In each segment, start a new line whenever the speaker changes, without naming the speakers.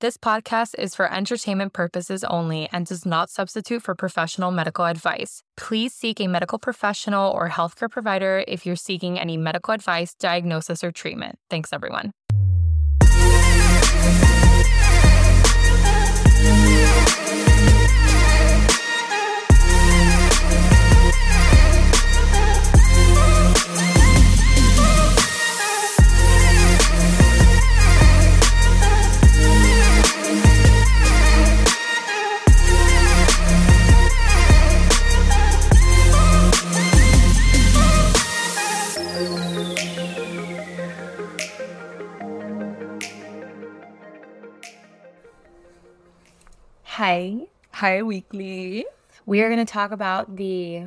This podcast is for entertainment purposes only and does not substitute for professional medical advice. Please seek a medical professional or healthcare provider if you're seeking any medical advice, diagnosis, or treatment. Thanks, everyone. Hi,
Hi Weekly.
we are going to talk about the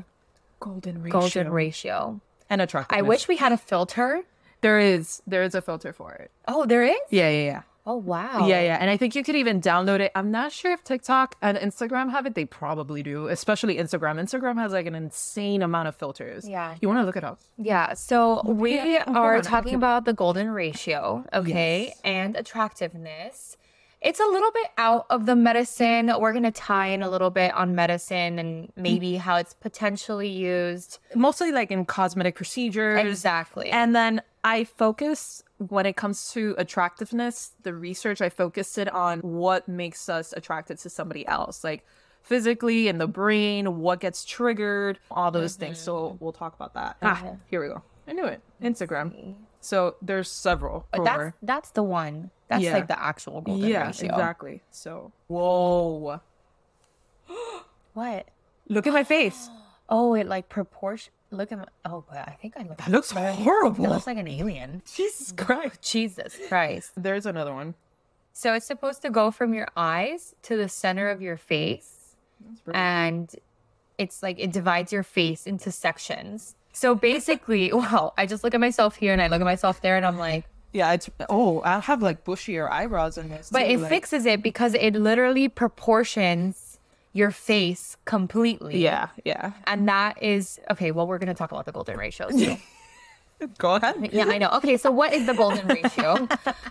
Golden ratio.
golden ratio.
and
I
attractiveness.
wish we had a filter.
there is there is a filter for it.
Oh, there is?
Yeah, yeah, yeah.
Oh, wow.
Yeah, yeah. And I think you could even download it. I'm not sure if TikTok and Instagram have it. They probably do, especially Instagram. Instagram has like an insane amount of filters.
Yeah.
You want to look it up.
Yeah, so we
yeah, oh,
are
hold on,
talking
okay.
about the golden ratio, okay,
Yes.
and attractiveness. It's a little bit out of the medicine. We're going to tie in a little bit on medicine and maybe how it's potentially used.
Mostly like in cosmetic procedures.
Exactly.
And then I focus when it comes to attractiveness, the research I focused it on what makes us attracted to somebody else, like physically in the brain, what gets triggered, all those things. So we'll talk about that. Ah, here we go. I knew it. Instagram. So there's several.
But that's
for-
that's the one. That's
Yeah.
like the actual golden
yeah,
ratio.
exactly. So whoa,
What?
look at my face.
Oh, it like proportion. Look at my. Oh, but I think I look.
That looks
It
horrible.
looks like an alien.
Jesus Christ.
Jesus Christ.
There's another one.
So it's supposed to go from your eyes to the center of your face.
That's pretty-
and it's like it divides your face into sections. So basically, wow, I just look at myself here and I look at myself there and I'm like,
yeah, it's oh, I have like bushier eyebrows in this.
but
too,
it
like-
fixes it because it literally proportions your face completely.
Yeah, yeah.
And that is okay. Well, we're going to talk about the golden ratio. So.
Go ahead.
yeah, I know. Okay, so what is the golden ratio?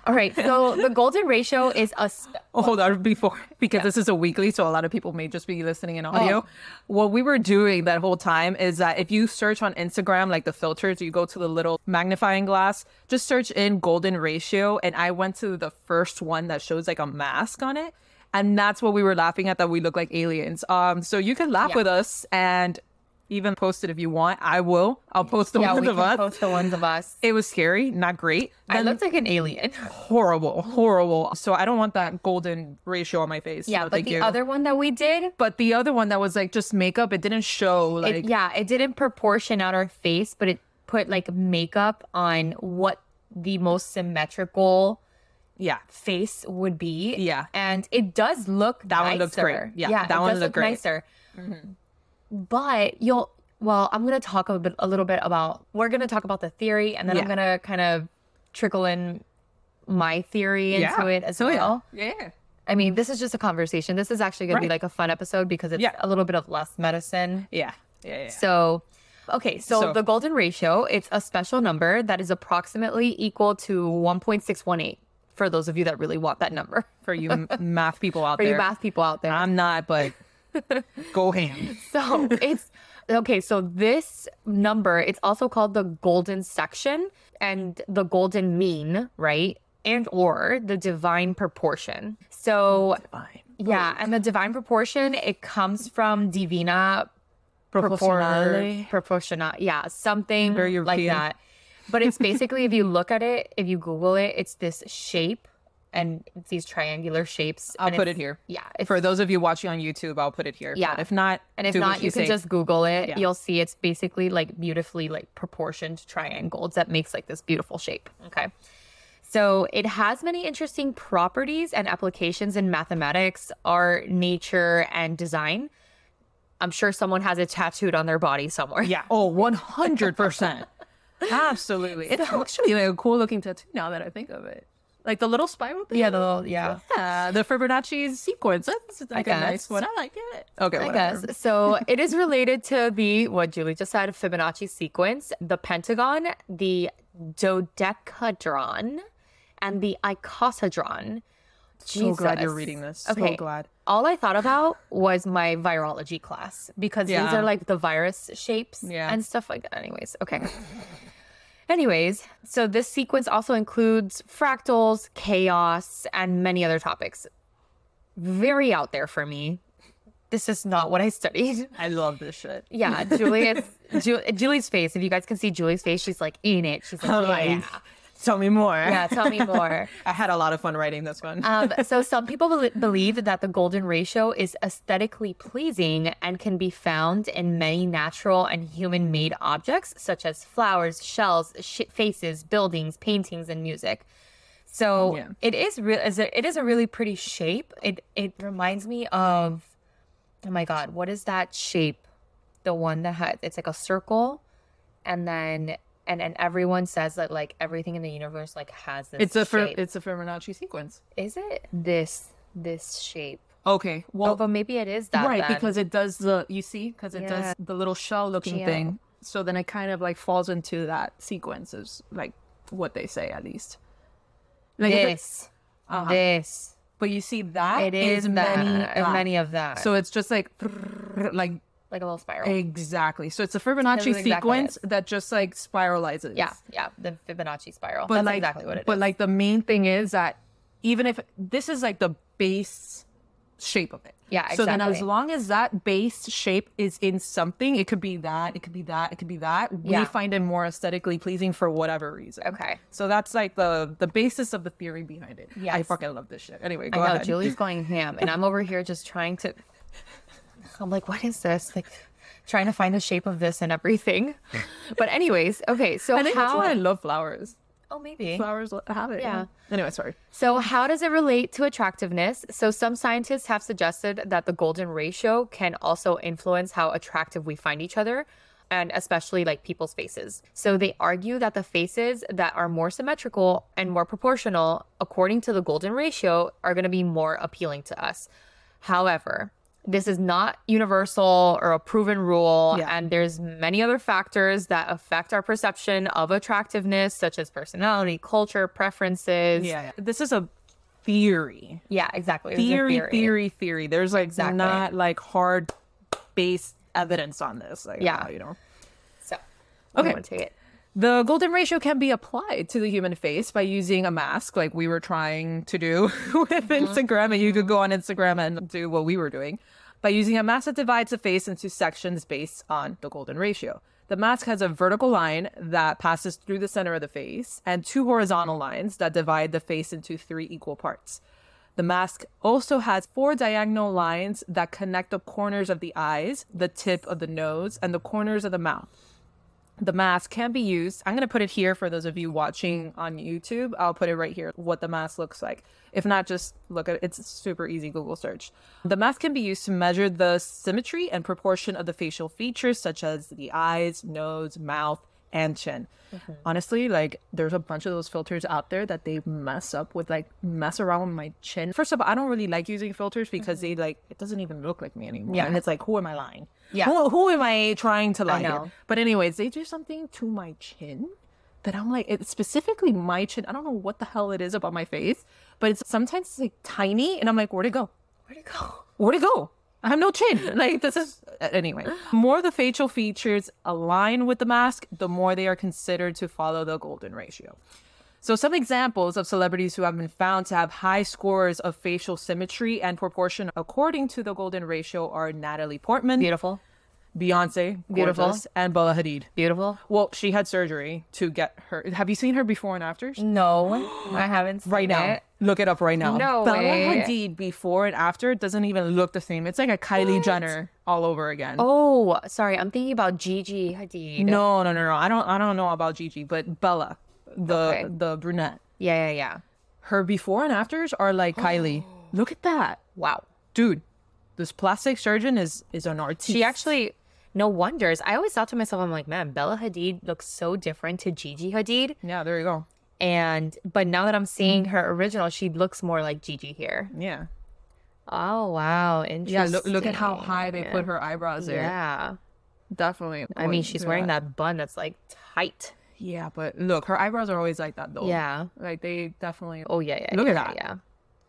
All right, so the golden ratio is a sp-
Oh, hold on before because this is a weekly, so a lot of people may just be listening
Oh.
in audio. What we were doing that whole time is that if you search on Instagram, like the filters, you go to the little magnifying glass, just search in golden ratio, and I went to the first one that shows like a mask on it, and that's what we were laughing at that we look like aliens. Um, so you can laugh
Yeah.
with us and even post it if you want. I will. I'll post the
yeah.
ones
We
of
can
us.
post the ones of us.
it was scary, not great.
I
Then-
looked like an alien.
horrible, horrible. So I don't want that golden ratio on my face.
Yeah,
No,
but
thank
the
you.
other one that we did
but the other one that was like just makeup, it didn't show like
it, yeah, it didn't proportion out our face, but it put like makeup on what the most symmetrical
yeah.
face would be.
Yeah.
And it does look
That one
looks
looked great. Yeah, that one
does
looked
look
great. Mm-hmm.
nicer. But you'll well, I'm gonna talk a bit a little bit about we're gonna talk about the theory and then I'm
Yeah.
gonna kind of trickle in my theory into
yeah.
it as
so,
well.
yeah. Yeah.
I mean, this is just a conversation. This is actually gonna be
Right.
like a fun episode because it's
Yeah.
a little bit of less medicine.
Yeah. Yeah. yeah.
So, okay, so,
So-
the golden ratio, it's a special number that is approximately equal to 1.618 for those of you that really want that number.
For you m- math people out
For
there,
you math people out there.
I'm not, but go ham.
So, it's okay, so this number, it's also called the golden section and the golden mean, right? And or the divine proportion. So,
Fine.
yeah, and the divine proportion, it comes from divina proportional,
Proportionally.
proportional, yeah, something
Very
like
European.
that. But it's basically if you look at it, if you Google it, it's this shape and it's these triangular shapes.
I'll
and
put it
it's-
here.
Yeah, it's,
For those of you watching on YouTube, I'll put it here.
Yeah.
But if not,
and if
do what
not, you can
say.
just Google it.
Yeah.
You'll see it's basically like beautifully like proportioned triangles that makes like this beautiful shape. Okay. So it has many interesting properties and applications in mathematics, art, nature, and design. I'm sure someone has it tattooed on their body somewhere.
Yeah. Oh, 100 percent. Absolutely. It's actually like a cool looking tattoo now that I think of it. Like the little spiral thing.
Yeah, the little, yeah.
Yeah, the Fibonacci sequence. That's like a
guess.
nice one. I like it. Okay,
I
whatever.
guess. So it is related to the, what Julie just said, Fibonacci sequence, the pentagon, the dodecahedron, and the icosahedron.
So glad you're
Jesus.
reading this.
Okay.
So glad.
All I thought about was my virology class because these
Yeah.
are like the virus shapes
Yeah.
and stuff like that. Anyways, okay. Anyways, so this sequence also includes fractals, chaos, and many other topics. Very out there for me. This is not what I studied.
I love this shit.
Yeah, Julia's Ju- Julie's face. If you guys can see Julie's face, she's like in it. She's like,
I'm like,
yeah,
Tell me more.
yeah. Tell me more.
I had a lot of fun writing this one.
Um, so some people bel- believe that the golden ratio is aesthetically pleasing and can be found in many natural and human-made objects such as flowers, shells, sh- faces, buildings, paintings, and music. So
Yeah.
it is real. It is a really pretty shape. It it reminds me of, oh my god, what is that shape? The one that has it's like a circle, and then and and everyone says that like everything in the universe like has this.
it's a Fer-
shape.
it's a Fibonacci sequence.
Is it this this shape?
Okay.
Oh,
Well,
but maybe it is that.
right
then.
because it does the you see because it
Yeah.
does the little shell looking
Geo.
thing. So then it kind of like falls into that sequence is like what they say at least. Like if it-
this, this,
but you see that
it is, that,
uh-huh. many
and
black.
many of that.
So it's just like like
like a little spiral.
exactly. So it's a
This
Fibonacci
is exactly
sequence
it.
that just like spiralizes.
yeah, yeah, the Fibonacci spiral.
but
That's
like
exactly what it is.
but like the main thing is that even if this is like the base shape of it
Yeah,
so then as
exactly.
long as that base shape is in something it could be that it could be that it could be that we
Yeah.
find it more aesthetically pleasing for whatever reason
Okay.
so that's like the the basis of the theory behind it i
Yes.
fucking love this shit anyway
I
go
know
ahead
Oh Julie's going ham, and I'm over here just trying to. I'm like, what is this? Like, trying to find the shape of this and everything. But anyways, okay. So
i think that's
how?
why i love flowers
oh, maybe.
flowers lo- have it
Yeah.
anyway sorry
So, how does it relate to attractiveness? So, some scientists have suggested that the golden ratio can also influence how attractive we find each other and especially like people's faces. So, they argue that the faces that are more symmetrical and more proportional, according to the golden ratio, are going to be more appealing to us. However, this is not universal or a proven rule
Yeah.
and there's many other factors that affect our perception of attractiveness such as personality, culture, preferences,
yeah, yeah. this is a theory
yeah, exactly. It was a
theory, theory, theory, There's like
Exactly.
not like hard based evidence on this. Like,
Yeah.
you know.
So,
Okay.
okay, take it.
The golden ratio can be applied to the human face by using a mask, like we were trying to do with Instagram, and you could go on Instagram and do what we were doing by using a mask that divides the face into sections based on the golden ratio. The mask has a vertical line that passes through the center of the face and two horizontal lines that divide the face into three equal parts. The mask also has four diagonal lines that connect the corners of the eyes, the tip of the nose, and the corners of the mouth the mask can be used. I'm going to put it here for those of you watching on YouTube. I'll put it right here what the mask looks like. If not, just look at it. It's super easy Google search. The mask can be used to measure the symmetry and proportion of the facial features, such as the eyes, nose, mouth, and chin.
Mm-hmm.
Honestly, like there's a bunch of those filters out there that they mess up with, like mess around with my chin. First of all, I don't really like using filters because they like it doesn't even look like me anymore.
Mm-hmm. Yeah.
And it's like, who am I lying?
Yeah.
Who, who am I trying to lie? here?
know.
But anyways, they do something to my chin that I'm like, it's specifically my chin. I don't know what the hell it is about my face, but it's sometimes it's like tiny, and I'm like, where'd it go?
Where'd it go?
Where'd it go? I have no chin. Like this is anyway. More the facial features align with the mask, the more they are considered to follow the golden ratio. So some examples of celebrities who have been found to have high scores of facial symmetry and proportion according to the golden ratio are Natalie Portman,
Beautiful,
Beyonce,
Beautiful.
gorgeous, and Bella Hadid.
beautiful.
Well, she had surgery to get her. Have you seen her before and after?
No, I haven't seen
Right now,
it.
look it up right now.
No
Bella
way.
Hadid before and after doesn't even look the same. It's like a Kylie Jenner all over again.
Oh, sorry, I'm thinking about Gigi Hadid.
No, no, no, no. I don't. I don't know about Gigi, but Bella, the
Okay.
the brunette,
Yeah, yeah, yeah.
her before and afters are like Kylie. Look at that,
Wow.
dude. This plastic surgeon is is an artist.
She actually, no wonders. I always thought to myself, I'm like, man, Bella Hadid looks so different to Gigi Hadid,
Yeah, there you go.
and but now that I'm seeing her original, she looks more like Gigi here.
Yeah,
Oh wow, interesting.
yeah. Look, look at how high they put her eyebrows there.
Yeah,
Definitely.
I mean, she's
wearing
wearing
that.
that bun that's like tight.
Yeah, but look, her eyebrows are always like that though.
Yeah.
Like they definitely
Oh yeah, yeah.
Oh. Look at
yeah,
that.
Yeah.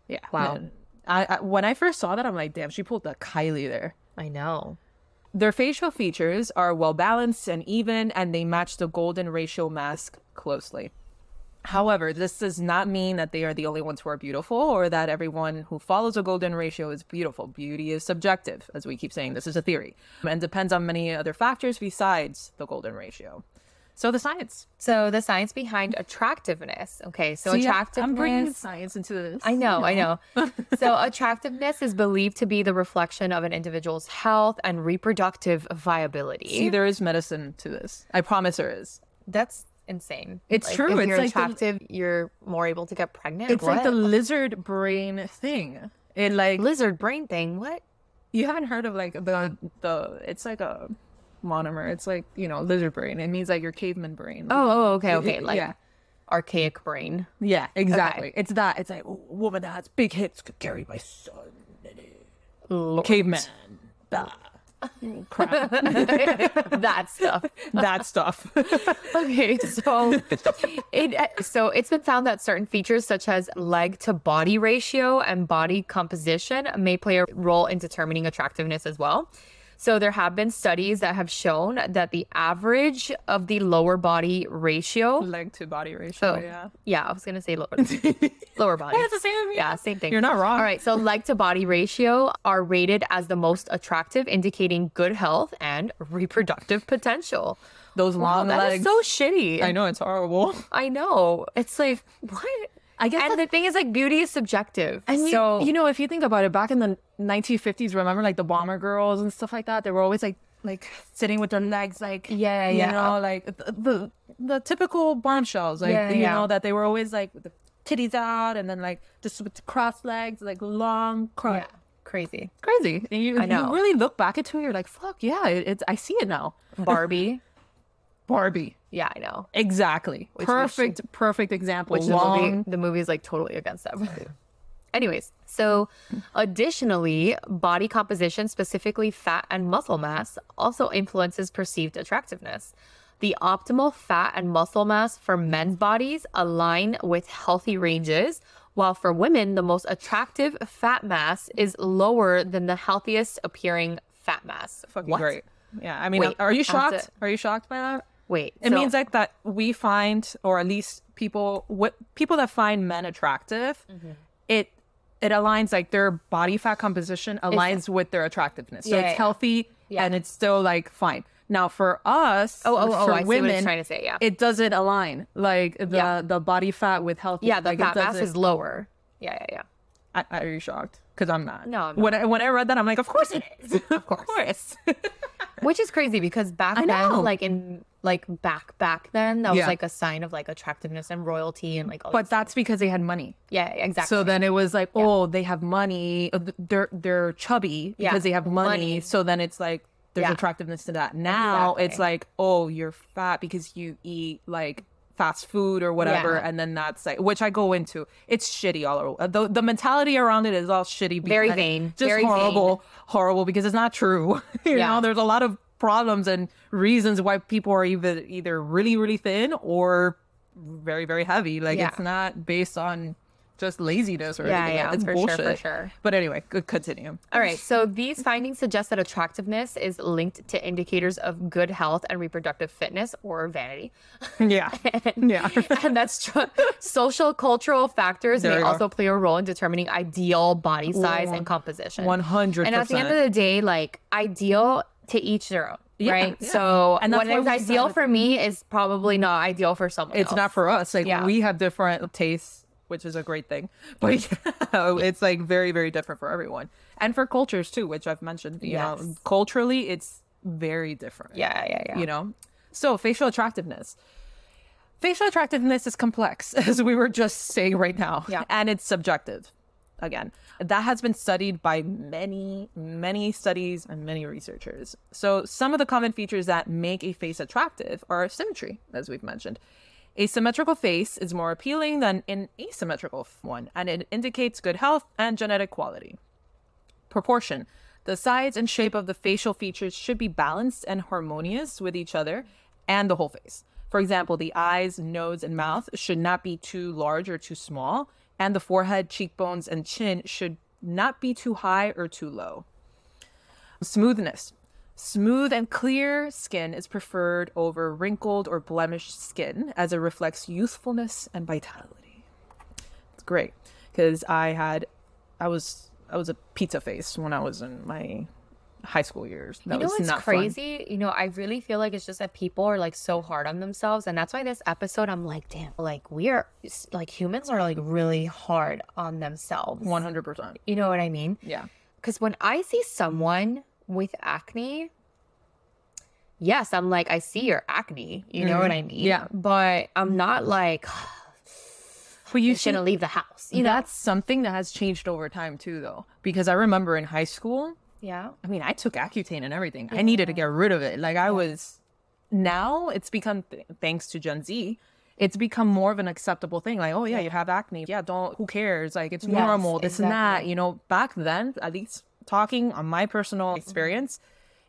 Yeah.
Wow.
man. I, I when I first saw that, I'm like, damn, she pulled the Kylie there.
I know.
Their facial features are well balanced and even, and they match the golden ratio mask closely. However, this does not mean that they are the only ones who are beautiful or that everyone who follows a golden ratio is beautiful. Beauty is subjective, as we keep saying. This is a theory and depends on many other factors besides the golden ratio. So, the science.
So the science behind attractiveness. Okay, so
See, I-
attractiveness.
I'm bringing science into this.
I know, I know. so, attractiveness is believed to be the reflection of an individual's health and reproductive viability.
See, there is medicine to this. I promise there is.
That's insane.
It's
Like,
true.
If
It's
you're
like the-
attractive, you're more able to get pregnant.
It's like the
What?
lizard brain thing. It like
lizard brain thing. What?
you haven't heard of like the the it's like a monomer. It's like you know lizard brain. It means like your caveman brain.
Oh, oh, okay, okay.
Y-
Like
yeah,
archaic brain.
yeah, exactly. It's that. It's like "Oh, woman that has big hips could carry my son.
Lord.
Caveman. Bah. Crap.
that stuff.
that stuff.
Okay, so it uh, so it's been found that certain features such as leg to body ratio and body composition may play a role in determining attractiveness as well. So there have been studies that have shown that the average of the lower body ratio.
Leg to body ratio.
Oh,
Yeah.
yeah, I was gonna say lower lower body.
That's the same.
Yeah, same thing.
You're not wrong.
All right, so leg to body ratio are rated as the most attractive, indicating good health and reproductive potential.
Those
Wow,
long
that
legs.
is so shitty.
I know it's horrible.
I know. It's like what?
I guess
And the thing is, like, beauty is subjective.
And you-
so
you, know, if you think about it, back in the 1950s, remember like the bomber girls and stuff like that? They were always like like sitting with their legs like
Yeah,
you
yeah.
know like the the, the typical bombshells like
Yeah,
you
yeah.
know that they were always like with the titties out and then like just with the cross legs like long cross.
yeah, crazy.
Crazy. And you,
I know.
you really look back at it, you're like, fuck yeah, it, it's I see it now.
Barbie.
Barbie.
yeah, I know.
Exactly.
Which-
perfect, perfect example.
Which
long,
the movie, the movie is like totally against that. Anyways, so additionally, body composition, specifically fat and muscle mass, also influences perceived attractiveness. The optimal fat and muscle mass for men's bodies align with healthy ranges, while for women, the most attractive fat mass is lower than the healthiest appearing fat mass.
fucking
What?
great. Yeah. I mean,
Wait,
are
I
you
have
shocked?
to-
Are you shocked by that?
Wait,
It
so-
means like that we find, or at least people, what people that find men attractive,
Mm-hmm.
it it aligns like their body fat composition aligns with their attractiveness. So
Yeah,
it's
yeah.
healthy
Yeah.
and it's still like fine. Now for us,
oh, oh, oh,
for
I see what it's
women,
trying to say, yeah.
it doesn't align. Like the
Yeah.
the body fat with healthy.
yeah, the
like, it
fat mass
doesn't-
is lower. Yeah, yeah, yeah.
I, I- are you shocked? Because I'm not.
No, I'm
when I, when I read that, I'm like, of course it is. Of course.
Which is crazy because back
I know.
then, like in like back back then, that
Yeah.
was like a sign of like attractiveness and royalty and like all
but
this-
that's because they had money.
yeah, exactly.
So then it was like, oh, they have money. uh, th- They're they're chubby
Yeah.
because they have money.
Money.
So then it's like there's
Yeah.
attractiveness to that. Now it's
Exactly.
like, oh, you're fat because you eat like fast food or whatever,
Yeah.
and then that's like, which I go into. It's shitty all over. The the mentality around it is all shitty.
Very
behind-
vain.
just
Very
horrible, horrible because it's not true. you
Yeah.
know, there's a lot of problems and reasons why people are either either really really thin or very very heavy. Like
Yeah.
it's not based on just laziness or
Yeah,
anything like
yeah,
that. It's
for sure, for
bullshit.
sure.
But anyway, good continue.
all right. So these findings suggest that attractiveness is linked to indicators of good health and reproductive fitness or vanity.
Yeah, yeah.
and that's true. Social cultural factors
There
may
you go.
also play a role in determining ideal body size and composition.
100%.
And at the end of the day, like ideal to each their own.
Yeah,
right.
yeah.
So
And that's
what
why
is
we decided-
ideal for me is probably not ideal for someone
It's
else.
not for us. Like
Yeah.
we have different tastes, which is a great thing. But yeah, it's like very very different for everyone, and for cultures too, which I've mentioned. You know,
Yes.
culturally, it's very different.
Yeah, yeah, yeah.
you know so facial attractiveness facial attractiveness is complex as we were just saying right now
Yeah.
and it's subjective again that has been studied by many many studies and many researchers so some of the common features that make a face attractive are symmetry as we've mentioned a symmetrical face is more appealing than an asymmetrical one and it indicates good health and genetic quality proportion. The size and shape of the facial features should be balanced and harmonious with each other and the whole face. For example, the eyes, nose, and mouth should not be too large or too small, and the forehead, cheekbones, and chin should not be too high or too low. Smoothness. Smooth and clear skin is preferred over wrinkled or blemished skin as it reflects youthfulness and vitality. It's great because I had, I was, I was a pizza face when I was in my high school years. That
you know
was
what's
not fun.
crazy? You know, I really feel like it's just that people are like so hard on themselves, and that's why this episode, I'm like, damn, like we are, like humans are like really hard on themselves.
100%.
You know what I mean?
Yeah.
Because when I see someone with acne, yes, I'm like, I see your acne. You know what I mean?
Mm-hmm. Yeah.
But I'm not like,
But
you
you should
shouldn't leave the house. You know?
that's something that has changed over time too though because i remember in high school
Yeah.
i mean i took accutane and everything i needed to get rid of it like i was now it's become th- thanks to gen z it's become more of an acceptable thing like oh yeah you have acne yeah don't who cares like it's normal this and that you know back then at least talking on my personal
Mm-hmm.
experience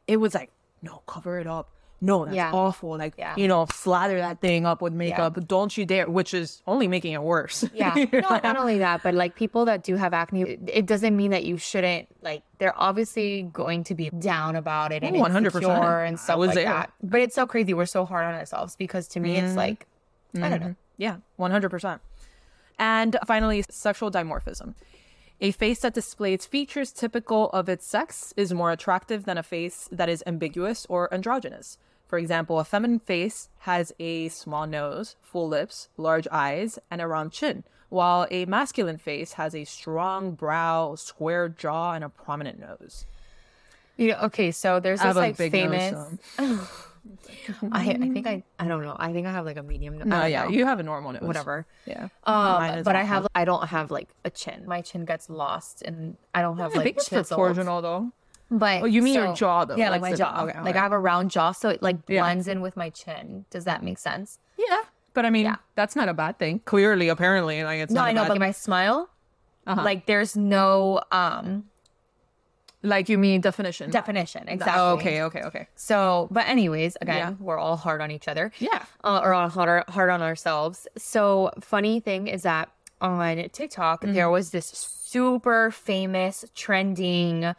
it was like no cover it up no that's
Yeah.
awful like
Yeah.
you know slather that thing up with makeup don't you dare which is only making it worse
Yeah. No, not only that, but like people that do have acne, it, it doesn't mean that you shouldn't like. They're obviously going to be down about it and
Oh, 100%.
insecure and
I
stuff
was
like
there. Mm-hmm.
that. But it's so crazy. We're so hard on ourselves because to me, it's like I don't know.
Yeah, 100%. And finally, sexual dimorphism. A face that displays features typical of its sex is more attractive than a face that is ambiguous or androgynous. For example, a feminine face has a small nose, full lips, large eyes, and a round chin, while a masculine face has a strong brow, square jaw, and a prominent nose.
You know, okay, so there's
I
this
have a
like
big
famous.
nose.
I, I think I I don't know. I think I have like a medium. No,
Oh,
I don't
yeah,
know.
you have a normal nose.
whatever.
Yeah. Mine
Um,
is
but I
awful.
have I don't have like a chin. My chin gets lost, and I don't have
I
like
think it's
chiseled.
proportional, though.
But
Oh, you mean your jaw, though,
Yeah,
like
like, my
the-
jaw.
okay,
Like
okay.
I have a round jaw, so it like blends in with my chin. Does that make sense?
Yeah. But I mean, that's not a bad thing. Clearly, apparently, like it's
No,
not
I
a
know,
bad
but my smile,
Uh-huh.
like there's no um
Like you mean definition.
definition exactly.
Oh, okay, okay, okay.
So, but anyways, again,
Yeah.
we're all hard on each other.
Yeah.
uh, or on hard, hard on ourselves. So funny thing is that on TikTok
Mm-hmm.
there was this super famous trending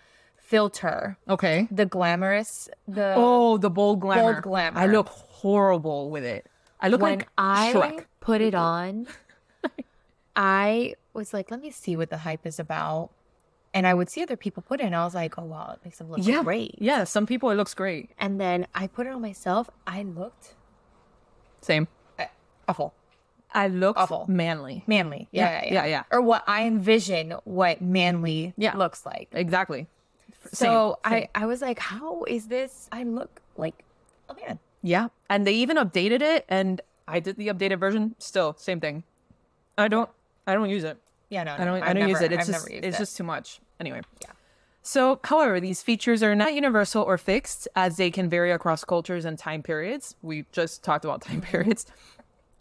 filter,
Okay.
the glamorous, the
Oh, the bold glamour.
glamour.
I look horrible with it. I look
when
like Mm-hmm.
I
Shrek.
put it on, I was like, let me see what the hype is about. And I would see other people put it, and I was like, oh wow, it makes them look
Yeah.
great.
Yeah. Some people it looks great.
And then I put it on myself. I looked uh,
Same.
awful.
I look
Awful.
manly.
manly. Yeah yeah,
yeah, yeah.
Or what I envision what manly
Yeah.
looks like.
Exactly.
so
same, same.
I I was like, how is this? I look like a man.
Yeah. And they even updated it, and I did the updated version. Still, same thing. I don't. I don't use it.
Yeah, no, no
I don't.
I've
I don't use it.
never-
It's
I've
just.
never used
It's
it.
just too much. Anyway. Yeah. So, however, these features are not universal or fixed, as they can vary across cultures and time periods. We just talked about time periods.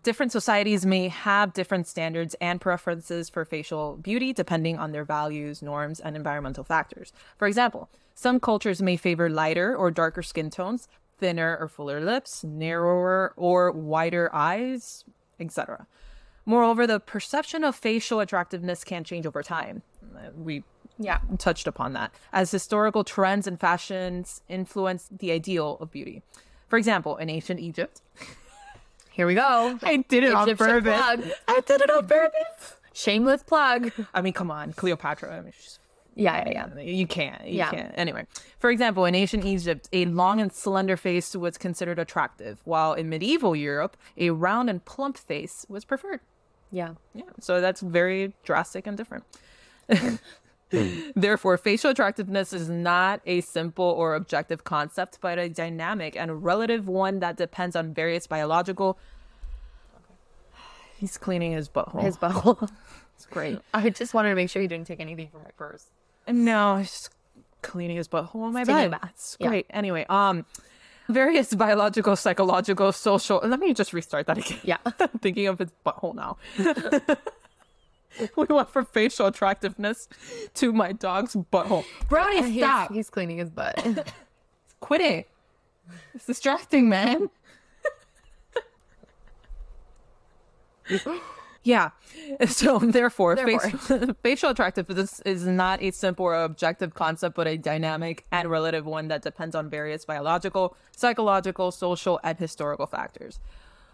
Different societies may have different standards and preferences for facial beauty depending on their values, norms, and environmental factors. For example, some cultures may favor lighter or darker skin tones, thinner or fuller lips, narrower or wider eyes, etc. Moreover, the perception of facial attractiveness can change over time. Uh, We
yeah.
touched upon that as historical trends and fashions influence the ideal of beauty. For example, in ancient Egypt,
Here we go.
I did it
Egyptian plug. I did it on purpose. Shameless plug.
I mean, come on, Cleopatra. I mean, she's,
Yeah, yeah, yeah.
you can't. You
Yeah.
can't. Anyway, for example, in ancient Egypt, a long and slender face was considered attractive, while in medieval Europe, a round and plump face was preferred.
Yeah.
Yeah, so that's very drastic and different. Therefore, facial attractiveness is not a simple or objective concept, but a dynamic and relative one that depends on various biological. He's cleaning his butthole.
His butthole.
It's great.
I just wanted to make sure he didn't take anything from my purse.
No, he's just cleaning his butthole in my
Stinging
bed.
bath.
It's
Yeah.
great. Anyway, um, various biological, psychological, social. Let me just restart that again.
Yeah.
I'm thinking of his butthole now. we went from facial attractiveness to my dog's butthole.
Brownie,
stop.
He's, he's cleaning his butt.
Quit it. It's distracting, man. Yeah. So therefore,
Therefore.
Facial, facial attractiveness is not a simple or objective concept, but a dynamic and relative one that depends on various biological, psychological, social, and historical factors.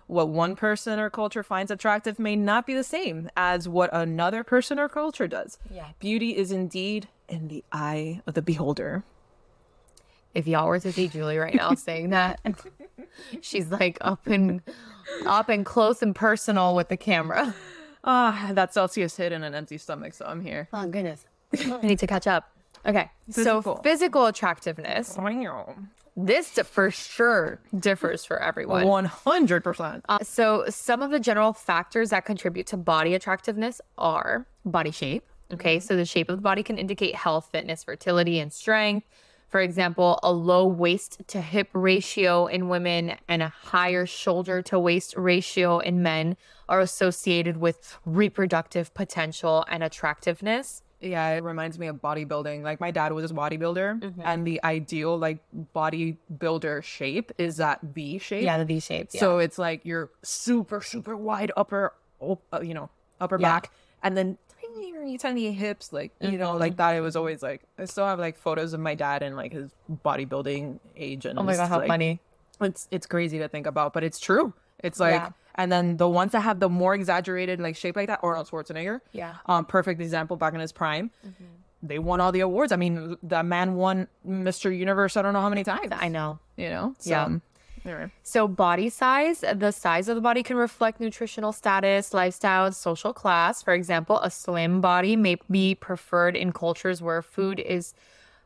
What one person or culture finds attractive may not be the same as what another person or culture does.
Yeah.
Beauty is indeed in the eye of the beholder.
If y'all were to see Julie right now saying that, she's like up and up and close and personal with the camera.
Ah, that Celsius hit in an empty stomach, so I'm here.
Oh goodness, I need to catch up. Okay, so
Physical.
physical attractiveness. This di- for sure differs for everyone.
100%.
Uh, so, some of the general factors that contribute to body attractiveness are body shape. Okay, so the shape of the body can indicate health, fitness, fertility, and strength. For example, a low waist to hip ratio in women and a higher shoulder to waist ratio in men are associated with reproductive potential and attractiveness.
Yeah, it reminds me of bodybuilding. Like my dad was a bodybuilder,
Mm-hmm.
and the ideal like bodybuilder shape is that V shape.
the V shape. So,
So it's like your super super wide upper, op- uh, you know, upper
Yeah.
back, and then tiny tiny, tiny hips, like you know,
Mm-hmm.
like that. It was always like I still have like photos of my dad and like his bodybuilding age, and
oh my
his,
God, how
like,
funny.
it's it's crazy to think about, but it's true. It's like
Yeah.
and then the ones that have the more exaggerated like shape like that, Arnold Schwarzenegger.
Yeah. Mm-hmm.
Um, perfect example back in his prime. They won all the awards. I mean, the man won Mr. Universe I don't know how many times.
I know.
You know? So,
Yeah.
Anyway.
So, body size, the size of the body can reflect nutritional status, lifestyle, and social class. For example, a slim body may be preferred in cultures where food is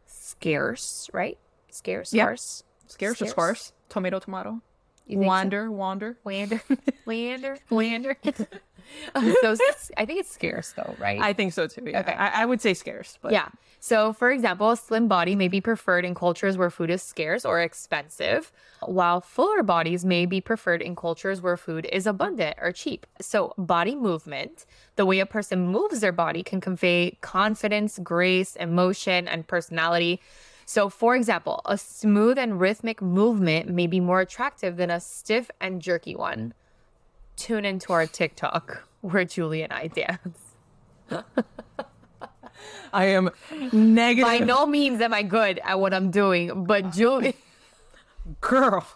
scarce, right? Scarce,
Yeah.
scarce.
Scarce, or
Scarce?
sparse? Tomato, tomato.
You think so?
Wander, wander.
Leander, Leander, Leander. so, s- I think it's scarce though, right?
I think so too. Yeah.
Okay.
I, I would say scarce, but
Yeah. So, for example, a slim body may be preferred in cultures where food is scarce or expensive, while fuller bodies may be preferred in cultures where food is abundant or cheap. So, body movement, the way a person moves their body, can convey confidence, grace, emotion, and personality. So, for example, a smooth and rhythmic movement may be more attractive than a stiff and jerky one. Tune into our TikTok where Julie and I dance.
I am negative.
By no means am I good at what I'm doing, but Julie,
girl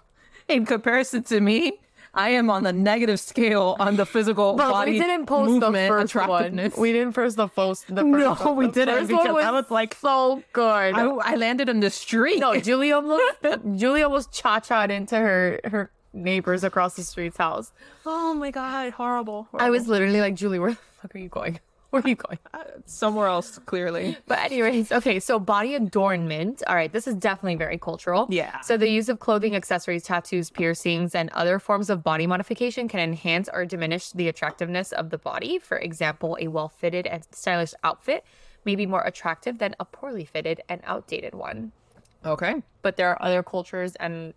in comparison to me i am on the negative scale on the physical
but
body
we didn't post the
movement
first one.
attractiveness
We didn't post the post. The first
No,
one.
we
The
didn't,
first
because
one was
I was like-
so good.
I, I landed in the street
no, Julie almost Julie almost cha cha'd into her her neighbors across the street's house.
oh my god horrible,
I was literally like, Julie, where the fuck are you going? Where are you going?
somewhere else clearly
But anyways, okay, so body adornment. All right, this is definitely very cultural.
Yeah.
So the use of clothing, accessories, tattoos, piercings, and other forms of body modification can enhance or diminish the attractiveness of the body. For example, a well-fitted and stylish outfit may be more attractive than a poorly fitted and outdated one.
okay
But there are other cultures and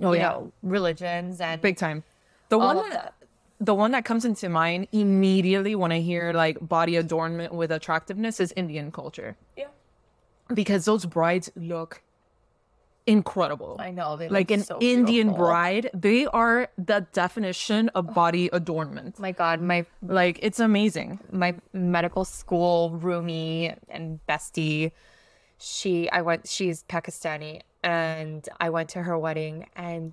oh
you know, religions and
big time the one
of
that, the one that comes into mind immediately when i hear like body adornment with attractiveness is indian culture
Yeah.
because those brides look incredible
I know they
like
look
an
so
Indian
beautiful.
bride, they are the definition of body adornment.
oh My God, my
Like it's amazing.
my medical school roomie and bestie she i went she's pakistani and i went to her wedding and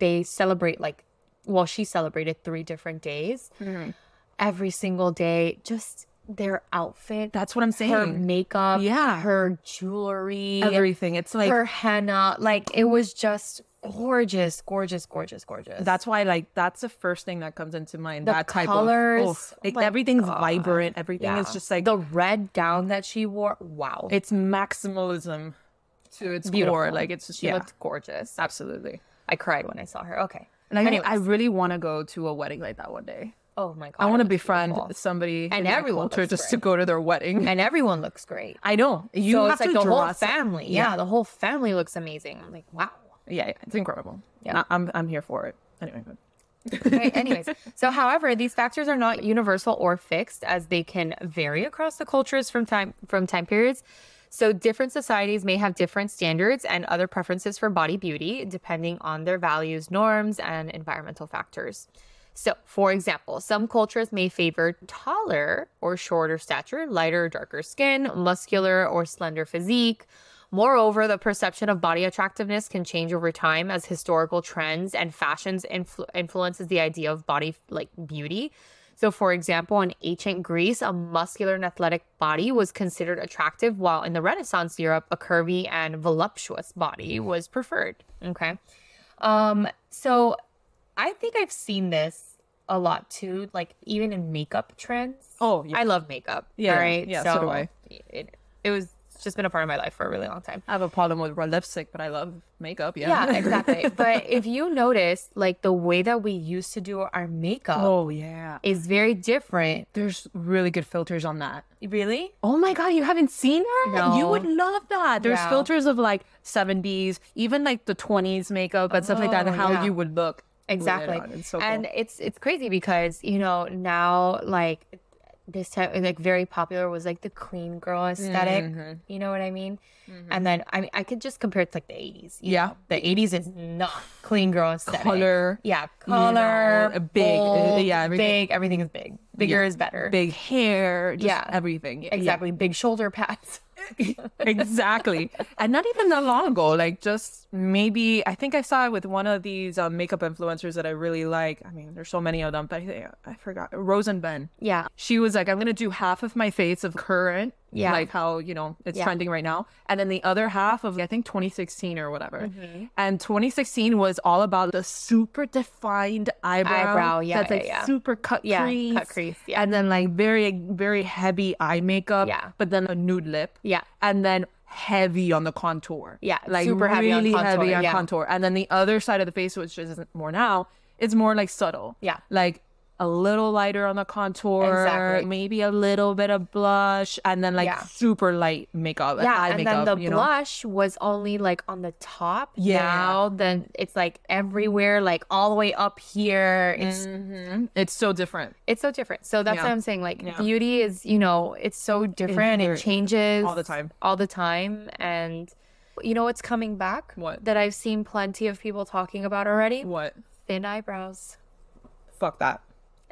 they celebrate like well she celebrated three different days
Mm-hmm.
every single day just their outfit
That's what I'm saying.
her makeup
Yeah.
her jewelry
Everything. It's like
her henna like it was just gorgeous gorgeous gorgeous gorgeous
that's why like that's the first thing that comes into mind.
The
that type
colors, Oh
of oof. like
my
everything's
God.
vibrant. Everything
Yeah.
is just like
the red gown that she wore wow
it's maximalism to its core.
Beautiful.
Like it's just
she
yeah.
looked gorgeous
absolutely.
I cried when I saw her. Okay.
And I,
Anyways.
I really want to go to a wedding like that one day.
Oh my god.
I want
it
to
was
befriend
beautiful.
somebody
And
in my
everyone
culture
looks
just to
great.
go to their wedding.
And everyone looks great.
I know you
so
have
it's like
to
the whole
dress-
family. Yeah. the whole family looks amazing. I'm like, wow.
Yeah, yeah, it's incredible.
Yeah.
I, am I'm here for it. Anyway, but-
Okay, anyways, so however, these factors are not universal or fixed as they can vary across the cultures from time from time periods. So different societies may have different standards and other preferences for body beauty depending on their values, norms, and environmental factors. So, for example, some cultures may favor taller or shorter stature, lighter or darker skin, muscular or slender physique. Moreover, the perception of body attractiveness can change over time as historical trends and fashions influ- influences the idea of body like beauty. So, for example, in ancient Greece, a muscular and athletic body was considered attractive, while in the Renaissance Europe, a curvy and voluptuous body was preferred. Okay. Um, so I think I've seen this a lot too, like even in makeup trends.
Oh, yeah.
I love makeup.
Yeah,
All right.
yeah, so do I.
It, it was it's just been a part of my life for a really long time.
I have a problem with red lipstick, but I love makeup. Yeah.
Yeah, exactly. but if you notice, like the way that we used to do our makeup
oh yeah.
is very different.
There's really good filters on that.
Really?
Oh my god, you haven't seen that? You would
No.
love that. There's
Yeah.
filters of like 70s, even like the 20s makeup and stuff like that, and
Oh,
how
yeah.
you would look. with it
Exactly.
on. It's so cool.
and it's it's crazy because, you know, now like this time like very popular was like the clean girl esthetic
Mm-hmm.
You know what I mean? And then I mean I could just compare it to like the 80s. you
Yeah.
know? The 80s is not clean girl aesthetic.
color,
Yeah,
know,
color,
a big, uh,
bold,
yeah, everything.
big. Everything is big. Bigger is better.
big hair, just
Yeah.
everything. Yeah.
exactly. Big shoulder pads.
exactly. And not even that long ago, like just maybe I think I saw it with one of these uh, makeup influencers that I really like. I mean, there's so many of them, but I think I forgot. Rose and Ben.
Yeah,
She was like, I'm gonna do half of my face of current,
Yeah.
like how you know it's
Yeah.
trending right now, and then the other half of I think 2016 or whatever.
Mm-hmm.
And 2016 was all about the super defined eyebrow,
Eyebrow, yeah,
that's
yeah,
like
yeah.
super cut
Yeah, cut
crease,
crease, yeah.
and then like very very heavy eye makeup,
Yeah.
but then a nude lip,
yeah,
and then heavy on the contour.
Yeah,
like
super heavy on
really heavy
contour,
on
yeah.
contour. And then the other side of the face, which isn't more now, it's more like subtle.
Yeah.
like a little lighter on the contour,
Exactly.
maybe a little bit of blush, and then like
Yeah.
super light makeup, like
yeah.
eye
and
makeup.
then the
you know?
blush was only like on the top.
Yeah.
Now then it's like everywhere, like all the way up here. It's
Mhm. It's so different
it's so different. So that's
Yeah.
what I'm saying. Like
Yeah.
beauty is, you know, it's so different.
very-
it changes
all the time.
all the time. And you know what's coming back?
What?
that I've seen plenty of people talking about already?
what.
Thin eyebrows.
Fuck that.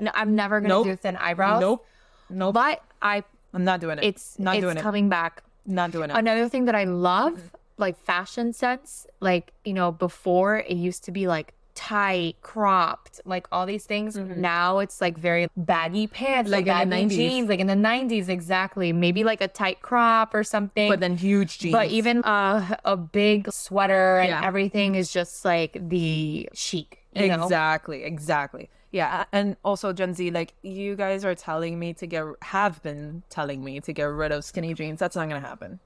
And I'm never gonna
Nope.
do thin eyebrows.
Nope. Nope.
But I,
I'm not doing it.
it's
not
it's
doing
coming back.
it. Not doing it.
Another thing that I love, like fashion sense, like you know, before it used to be like tight, cropped, like all these things. Now it's like very baggy pants,
Like
Mm-hmm. like
in the
baggy
90s.
jeans, like in the '90s, exactly. Maybe like a tight crop or something.
but then huge jeans.
But even uh, a big sweater and
Yeah.
everything is just like the chic, you know?
exactly exactly yeah a- and also gen z like you guys are telling me to get have been telling me to get rid of skinny jeans that's not gonna happen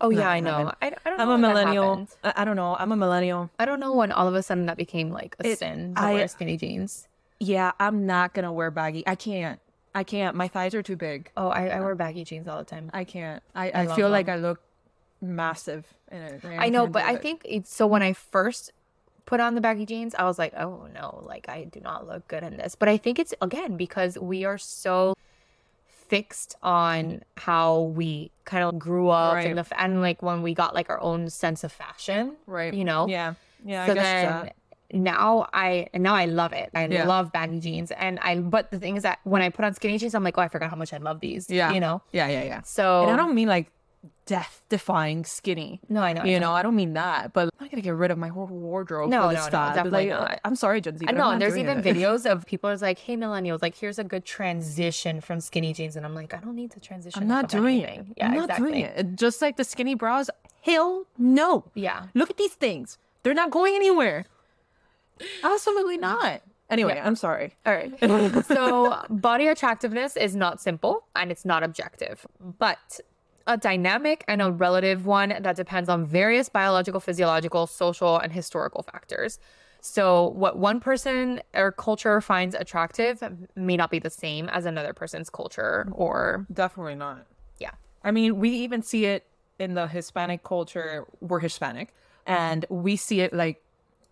Oh yeah,
No,
I
no,
know.
no.
I, I don't. know
i'm a
when that
millennial
happened.
I, I don't know i'm a millennial
I don't know when all of a sudden that became like a sin to
I-
wear skinny jeans.
yeah i'm not gonna wear baggy i can't i can't my thighs are too big
Oh, I, I wear baggy jeans all the time.
i can't i, I,
love
feel like i look massive in it.
I know,
can't
but
do
I
it.
think it's so. When I first put on the baggy jeans, I was like, oh no, like I do not look good in this. But I think it's again because we are so fixed on how we kind of grew up
Right.
and, the, f- and like when we got like our own sense of fashion,
right
You know,
yeah yeah
so
i guess
then
that.
now I and now I love it. I
Yeah.
love baggy jeans, and I. But the thing is that when I put on skinny jeans, I'm like, oh, I forgot how much I love these.
yeah
you know.
yeah yeah yeah
So
and i don't mean like death defying skinny
No, I know. I
you know, I don't mean that, but I'm not gonna get rid of my whole wardrobe
No,
for this
no, no,
stuff.
definitely
like,
not.
I'm sorry, Gen Z.
I
but I'm
know,
not
and there's
doing
even
it.
videos of people is like, "Hey, millennials, like here's a good transition from skinny jeans," and I'm like, "I don't need to transition.
I'm not
from
doing it.
anything." Yeah,
I'm not
exactly.
doing it. It- Just like the skinny bras, hell no.
Yeah.
Look at these things. They're not going anywhere. Absolutely not. Anyway, I'm sorry. All right.
so, body attractiveness is not simple and it's not objective, but a dynamic and a relative one that depends on various biological, physiological, social, and historical factors. So, what one person or culture finds attractive may not be the same as another person's culture or,
Definitely not.
yeah.
I mean, we even see it in the Hispanic culture. We're Hispanic, and we see it like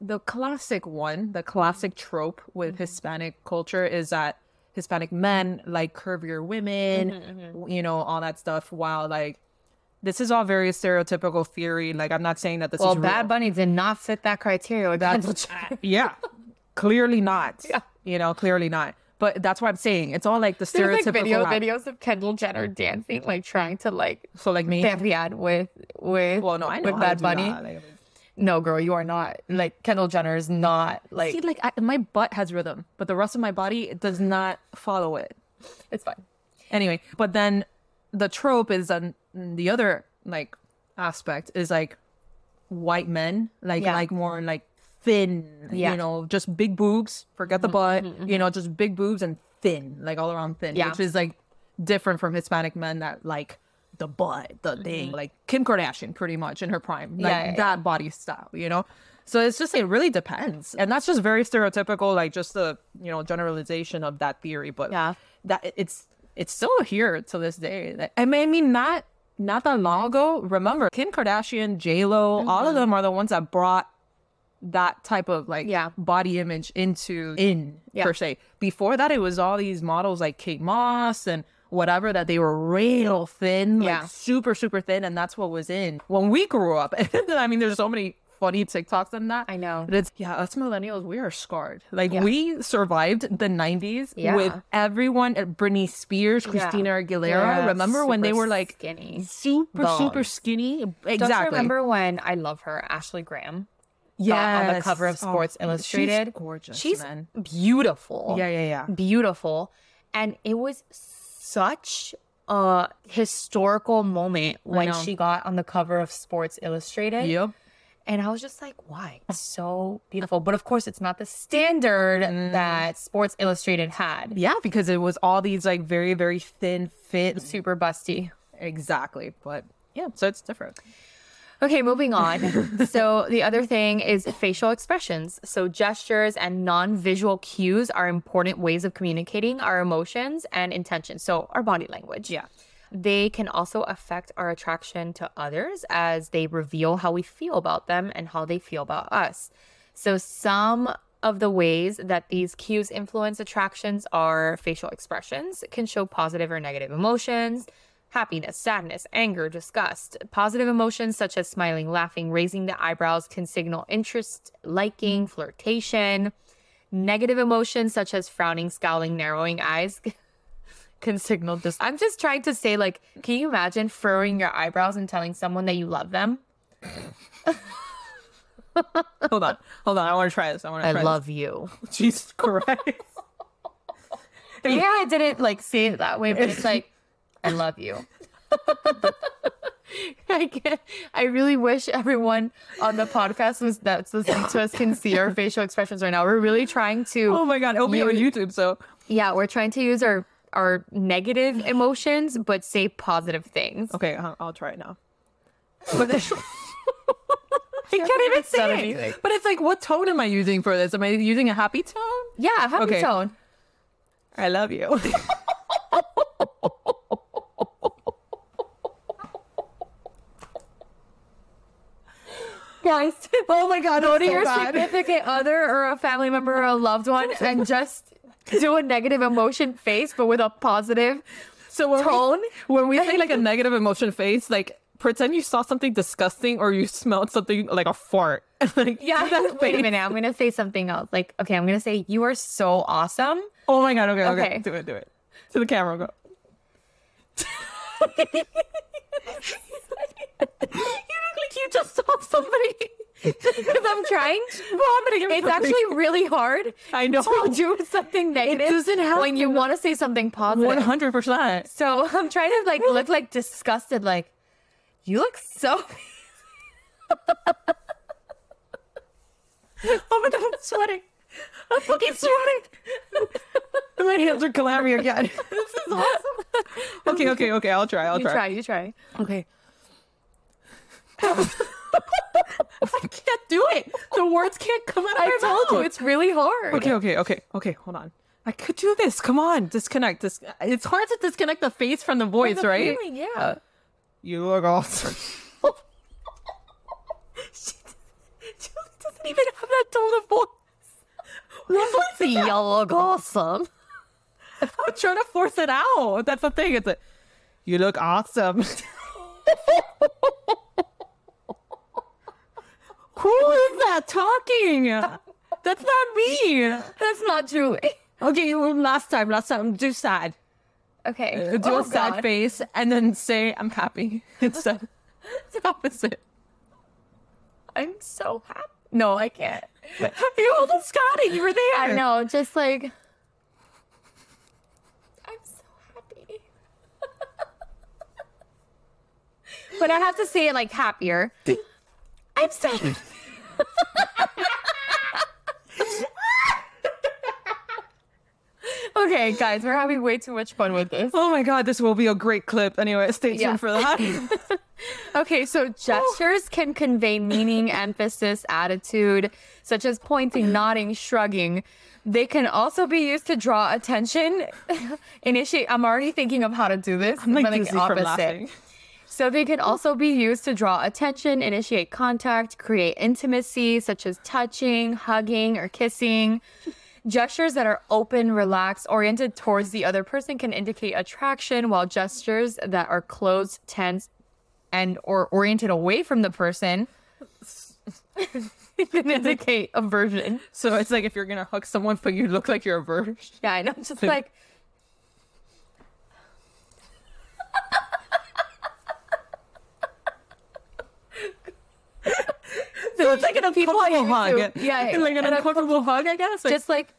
the classic one, the classic trope with
Mm-hmm.
Hispanic culture is that Hispanic men like curvier women,
Mm-hmm,
you know, all that stuff. While like this is all very stereotypical theory. Like, I'm not saying that this
Well,
is real.
Bad Bunny did not fit that criteria. That's
yeah, clearly not.
Yeah.
You know, clearly not. But that's what I'm saying. It's all like the
There's
stereotypical.
like video
rap.
videos of Kendall Jenner dancing, like trying to like
So like me.
Ferriad with with
Well, no, I know
with
how
Bad
to do
Bunny.
that. Like,
No, girl, you are not like Kendall Jenner is not like
See, like I, my butt has rhythm, but the rest of my body does not follow it.
it's fine.
Anyway, but then the trope is on the other like aspect is like white men, like
Yeah.
like more like thin,
Yeah. Mm-hmm,
you know, just big boobs. Forget the butt, you know, just big boobs and thin, like all around thin,
Yeah.
which is like different from Hispanic men that like the butt, the thing, like Kim Kardashian, pretty much in her prime, like
Mm-hmm. Yeah, yeah,
that body style, you know. So it's just it really depends, and that's just very stereotypical, like just the you know generalization of that theory, but
Yeah.
that it's it's still here to this day. Like, I mean, I mean, not not that long ago. Remember, Kim Kardashian, J Lo, all
Mm-hmm.
of them are the ones that brought that type of like
Yeah.
body image into in
Yeah.
per se. Before that, it was all these models like Kate Moss and whatever that they were real thin,
Yeah.
like super super thin, and that's what was in when we grew up. I mean, there's so many funny TikToks on that.
I know.
But it's yeah, us millennials, we are scarred. Like
Yeah.
we survived the '90s with
Yeah.
everyone. uh, Britney Spears, Christina Aguilera.
Yeah,
Remember when they
super
were like
skinny?
super super
Bones.
skinny?
Don't you
Exactly.
remember when I love her, Ashley Graham? uh,
Yeah,
on the cover of Sports Illustrated.
Oh, She's gorgeous.
She's
man.
beautiful.
Yeah, yeah, yeah.
Beautiful. And it was such a historical moment when
know.
she got on the cover of Sports Illustrated.
Yep.
And I was just like, why? It's so beautiful. But of course, it's not the standard that Sports Illustrated had.
Yeah, because it was all these like very very thin fit.
Super busty.
Exactly, but yeah, so it's different.
Okay, moving on. so, the other thing is facial expressions. So, gestures and non visual cues are important ways of communicating our emotions and intentions. So, our body language.
Yeah.
They can also affect our attraction to others as they reveal how we feel about them and how they feel about us. So, some of the ways that these cues influence attractions are facial expressions It can show positive or negative emotions, happiness, sadness, anger, disgust. Positive emotions such as smiling, laughing, raising the eyebrows can signal interest, liking, flirtation. Negative emotions such as frowning, scowling, narrowing eyes can signal dis. I'm just trying to say, like, can you imagine furrowing your eyebrows and telling someone that you love them?
hold on, hold on. I want to try this. I want to.
I
try
love you.
This. Jesus Christ.
Yeah, I didn't like say it that way, but it's like, I love you. I can't, I really wish everyone on the podcast was that's listening to us can see our facial expressions right now. We're really trying to
oh my God, it'll be on YouTube. So
Yeah, we're trying to use our our negative emotions but say positive things.
okay, I'll, I'll try it now. But then- I
haven't
can't
even said
even say it.
anything.
But it's like, what tone am I using for this? Am I using a happy tone?
Yeah, happy
Okay.
tone.
I love you.
Guys,
oh my God,
go
go
to your significant other or a family member or a loved one and just do a negative emotion face but with a positive
So when
Tone?
we, when we say like a negative emotion face, like pretend you saw something disgusting or you smelled something like a fart. like
Yeah,
that
wait a
face.
minute. I'm gonna say something else. Like, okay, I'm gonna say you are so awesome.
Oh my god. Okay, okay.
Okay.
Do it. Do it. To the camera. Go.
you look like you just saw somebody. Because I'm trying.
Vomiting.
It's actually really hard.
I know.
To do something negative.
doesn't
when you want to say something positive.
One hundred percent.
So I'm trying to like look like disgusted. Like, you look so.
Oh my god, I'm sweating. I'm fucking sweating. my hands are clammy again. this is awesome. Okay, okay, okay. I'll try. I'll
You try. You try.
Okay. I can't do it. The words can't come out. of
I
my
told
mouth.
you it's really hard.
Okay, okay, okay, okay. Hold on. I could do this. Come on, disconnect. Dis- it's hard to disconnect the face from the voice,
The
right?
feeling, yeah.
You look awesome.
Julie doesn't even have that tone of voice. What voice? You look awesome.
I'm trying to force it out. That's the thing. It's like, you look awesome. Who is that talking? That's not me.
That's not Julie.
Okay, well, last time, last time, do sad.
Okay.
Uh, Do
Oh,
a sad
God.
face and then say, I'm happy. It's the, it's the opposite.
I'm so happy.
No,
I can't.
you old Scotty, you were there.
I know, just like I'm so happy. but I have to say it like happier. I'm so Okay, guys, we're having way too much fun with this.
Oh my God, this will be a great clip. Anyway, stay tuned
Yeah.
for that.
Okay, so gestures can convey meaning, emphasis, attitude, such as pointing, nodding, shrugging. They can also be used to draw attention. Initiate. I'm already thinking of how to do this.
I'm
but,
like dizzy from laughing.
So they can also be used to draw attention, initiate contact, create intimacy, such as touching, hugging, or kissing. Gestures that are open, relaxed, oriented towards the other person can indicate attraction, while gestures that are closed, tense, and or oriented away from the person can indicate aversion.
So it's like if you're gonna hug someone, but you look like you're a virgin.
Yeah, I know. Just like
So it's like an
people on
uncomfortable hug.
YouTube- yeah,
It's like an
an
uncomfortable hug, I guess. Like,
just like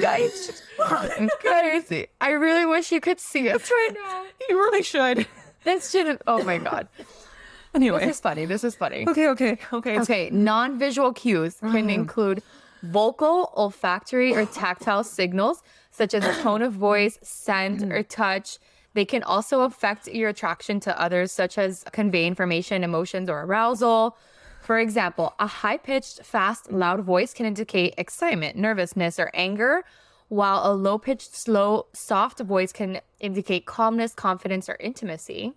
guys,
crazy. I really wish you could see us right now.
you really should.
This shouldn't. Oh my god.
Anyway,
This is funny. This is funny.
okay, okay, okay. It's-
Okay, non visual cues can include vocal, olfactory, or tactile signals, such as tone of voice, scent, or touch. They can also affect your attraction to others, such as convey information, emotions, or arousal. For example, a high pitched, fast, loud voice can indicate excitement, nervousness, or anger, while a low pitched, slow, soft voice can indicate calmness, confidence, or intimacy.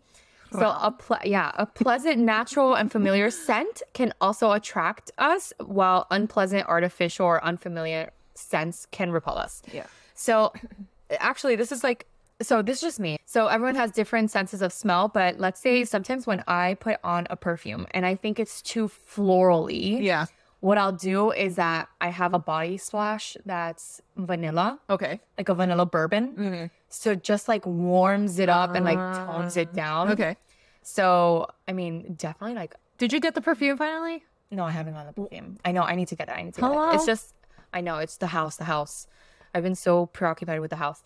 So a ple- yeah, a pleasant, natural, and familiar scent can also attract us, while unpleasant, artificial, or unfamiliar scents can repel us.
Yeah.
So actually, this is like so this is just me. So everyone has different senses of smell, but let's say sometimes when I put on a perfume and I think it's too florally,
Yeah.
what I'll do is that I have a body splash that's vanilla,
Okay.
like a vanilla bourbon.
Mm-hmm.
So it just like warms it up and like tones it down.
Ah. Okay.
So, I mean, definitely like,
Did you get the perfume finally?
no, I haven't gone to perfume. I know, I need to get it. I need to get it.
Hello?
It's just, I know, it's the house, the house. I've been so preoccupied with the house.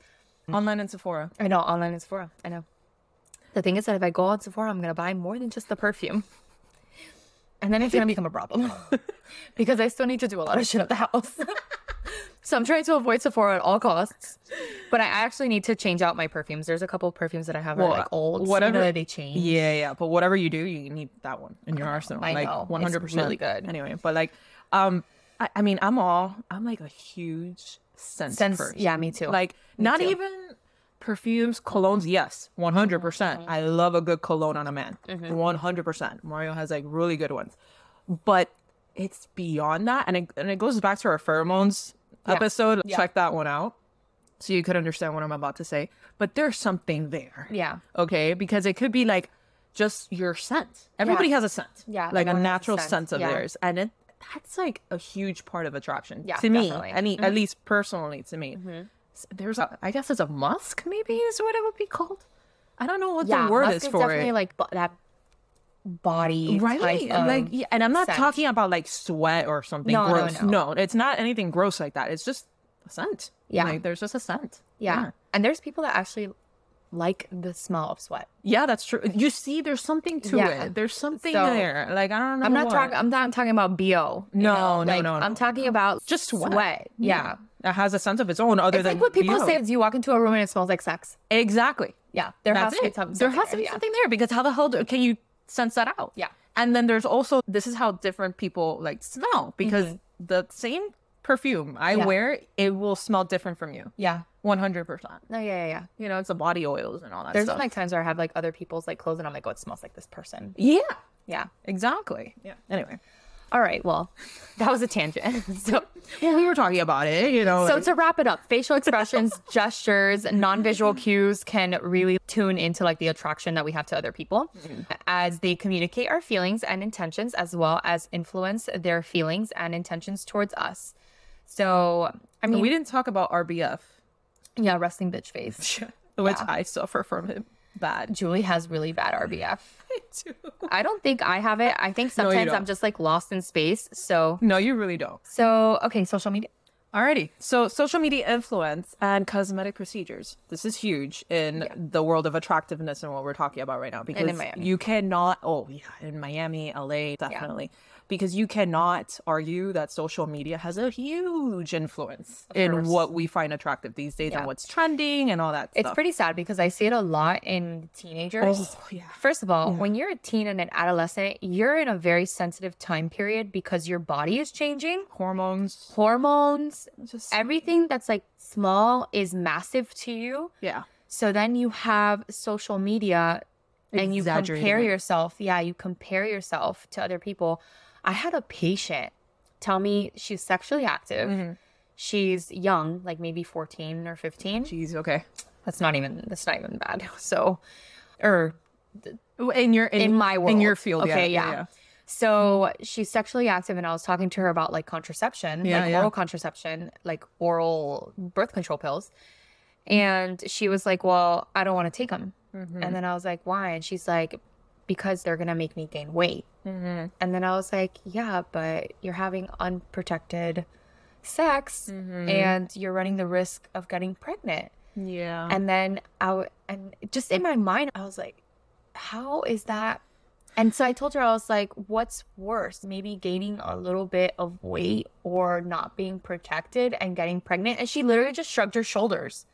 Online and Sephora.
I know, online and Sephora. I know. The thing is that if I go on Sephora, I'm going to buy more than just the perfume. And then it's going to become a problem because I still need to do a lot of shit at the house. so I'm trying to avoid Sephora at all costs. But I actually need to change out my perfumes. There's a couple perfumes that I have that are
Well,
like old.
whatever-
Whatever. they change.
Yeah, yeah. But whatever you do, you need that one in your arsenal.
I
like
know. It's
100%.
really good.
Anyway, but like, um, I, I mean, I'm all, I'm like a huge scent
Since,
person.
yeah, me too.
Like, not
too.
even perfumes, colognes. Yes, 100%. percent
Mm-hmm.
I love a good cologne on a man. 100%. Mario has like really good ones. But it's beyond that. And it, and it goes back to our pheromones episode. Check that one out so you could understand what I'm about to say. But there's something there.
Yeah.
Okay. Because it could be like just your scent. Everybody has a scent.
Yeah,
Like a
everyone has a
natural
scent.
sense of
Yeah.
theirs. And it, that's like a huge part of attraction
Yeah,
to me.
definitely. Mm-hmm.
Any, At least personally to me. S- There's a, I guess it's a musk maybe is what it would be called. I don't know what the word
musk
is for
definitely
it.
like bo- that body
Right,
type
like,
of-
yeah, and I'm not
scent.
talking about like sweat or something
No, no,
gross.
no.
it's not anything gross like that. It's just a scent.
Yeah.
like there's just a scent.
yeah. and there's people that actually like the smell of sweat
Yeah, that's true. You see, there's something to
Yeah.
it. There's something
So,
there. Like I don't know.
i'm not
what.
talking i'm not talking about bo you
No,
know,
no,
like,
no, no.
i'm talking about
Just sweat.
yeah,
It has a sense of its own, other
it's
than
like what people
you.
say is you walk into a room and it smells like sex
Exactly.
yeah there has
That's
to be
it.
some- something
There has to be
yeah.
something there because how the hell do, can you sense that out?
Yeah.
And then there's also this is how different people like smell because the same perfume I
Mm-hmm. Yeah.
wear it will smell different from you.
yeah
One hundred percent.
no yeah yeah yeah
You know, it's the body oils and all that
there's
stuff.
been like times where i have like other people's like clothes and i'm like oh it smells like this person
yeah,
yeah
exactly. Yeah. Anyway,
All right. Well, that was a tangent. so,
Well, we were talking about it, you know.
so to wrap it up, facial expressions, gestures, non-visual cues can really tune into like the attraction that we have to other people
Mm-hmm.
as they communicate our feelings and intentions as well as influence their feelings and intentions towards us. So, I mean,
we didn't talk about RBF,
yeah, resting bitch face.
which I suffer from him bad.
Julie has really bad RBF.
I do.
I don't think I have it. I think
you
sometimes
don't.
I'm just like lost in space. So,
No, you really don't.
so okay, social media.
Alrighty. So, social media influence and cosmetic procedures. This is huge in the world of attractiveness and what we're talking about right now because
Miami.
you cannot. Oh yeah, in Miami, LA, definitely. Because you cannot argue that social media has a huge influence in
course.
what we find attractive these days
Yeah.
and what's trending and all that
It's
stuff.
pretty sad because I see it a lot in teenagers.
Oh, yeah.
First of all, when you're a teen and an adolescent, you're in a very sensitive time period because your body is changing.
Hormones.
Hormones,
Just
everything that's like small is massive to you.
yeah.
So then you have social media and you
Exaggerating
compare
it.
yourself. Yeah, you compare yourself to other people. I had a patient tell me she's sexually active.
Mm-hmm.
She's young, like maybe 14 or 15.
Jeez. Okay.
that's not even that's not even bad. So or
In your in,
in my world
in your field.
okay
yeah.
so she's sexually active and i was talking to her about like contraception
Yeah,
like
yeah.
oral contraception like oral birth control pills and she was like well i don't want to take them
Mm-hmm.
and then i was like why and she's like because they're gonna make me gain weight
Mm-hmm.
and then i was like yeah but you're having unprotected sex
Mm-hmm.
and you're running the risk of getting pregnant
Yeah. Yeah.
and then I w- and just in my mind I was like how is that and so I told her I was like what's worse maybe gaining a little bit of weight or not being protected and getting pregnant and she literally just shrugged her shoulders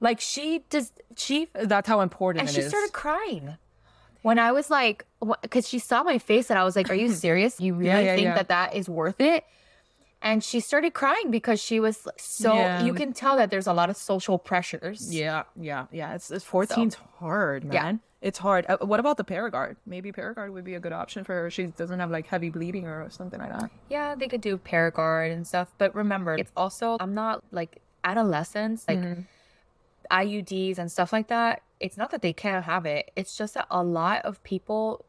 like she does she
That's how important
and
it
she
is.
started crying when I was like because she saw my face and I was like are you serious you really
yeah,
think
yeah.
that that is worth it and she started crying because she was like, so
Yeah.
you can tell that there's a lot of social pressures
Yeah, yeah, yeah. It's it's 14's hard, man.
Yeah.
It's hard. Uh, what about the Paragard? Maybe Paragard would be a good option for her. She doesn't have like heavy bleeding or something like that.
Yeah, they could do Paragard and stuff. But remember, it's also, I'm not like adolescents, like
Mm-hmm.
IUDs and stuff like that. It's not that they can't have it. It's just that a lot of people,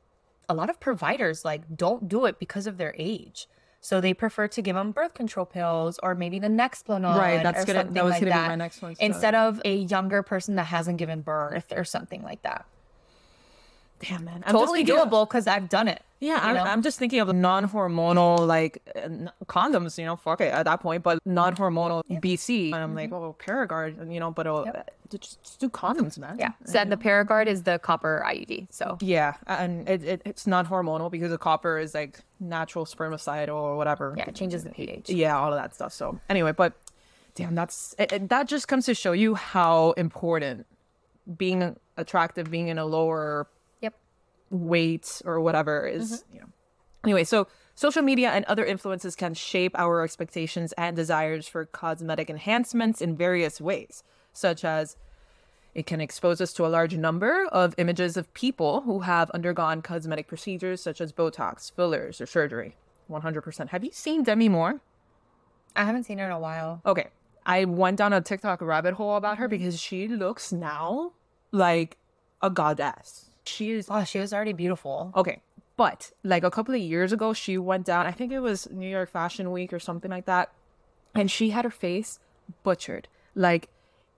a lot of providers, like don't do it because of their age. So they prefer to give them birth control pills or maybe the Nexplanon,
Right, that's
or
gonna- that
something
was
like
gonna be
that,
my next one, so-
Instead of a younger person that hasn't given birth or something like that.
Damn, man.
totally doable because I've done it.
Yeah,
you
I'm,
know?
I'm just thinking of non-hormonal like uh, n- condoms. You know, fuck it at that point, but non-hormonal BC. And I'm like, oh, Paragard. You know, but uh, uh, just, just do condoms, man.
Yeah. So then the Paragard is the copper IUD. So
Yeah, and it, it, it's not hormonal because the copper is like natural spermicide or whatever.
yeah, it changes the pH.
yeah all of that stuff so anyway but damn that's it, it- that just comes to show you how important being attractive being in a lower
Yep.
weight or whatever is you know anyway so social media and other influences can shape our expectations and desires for cosmetic enhancements in various ways such as it can expose us to a large number of images of people who have undergone cosmetic procedures such as botox fillers or surgery 100% have you seen demi moore
I haven't seen her in a while.
Okay. I went down a TikTok rabbit hole about her because she looks now like a goddess. She is
Oh, she was already beautiful.
okay. But like a couple of years ago, she went down, I think it was New York Fashion Week or something like that. And she had her face butchered. Like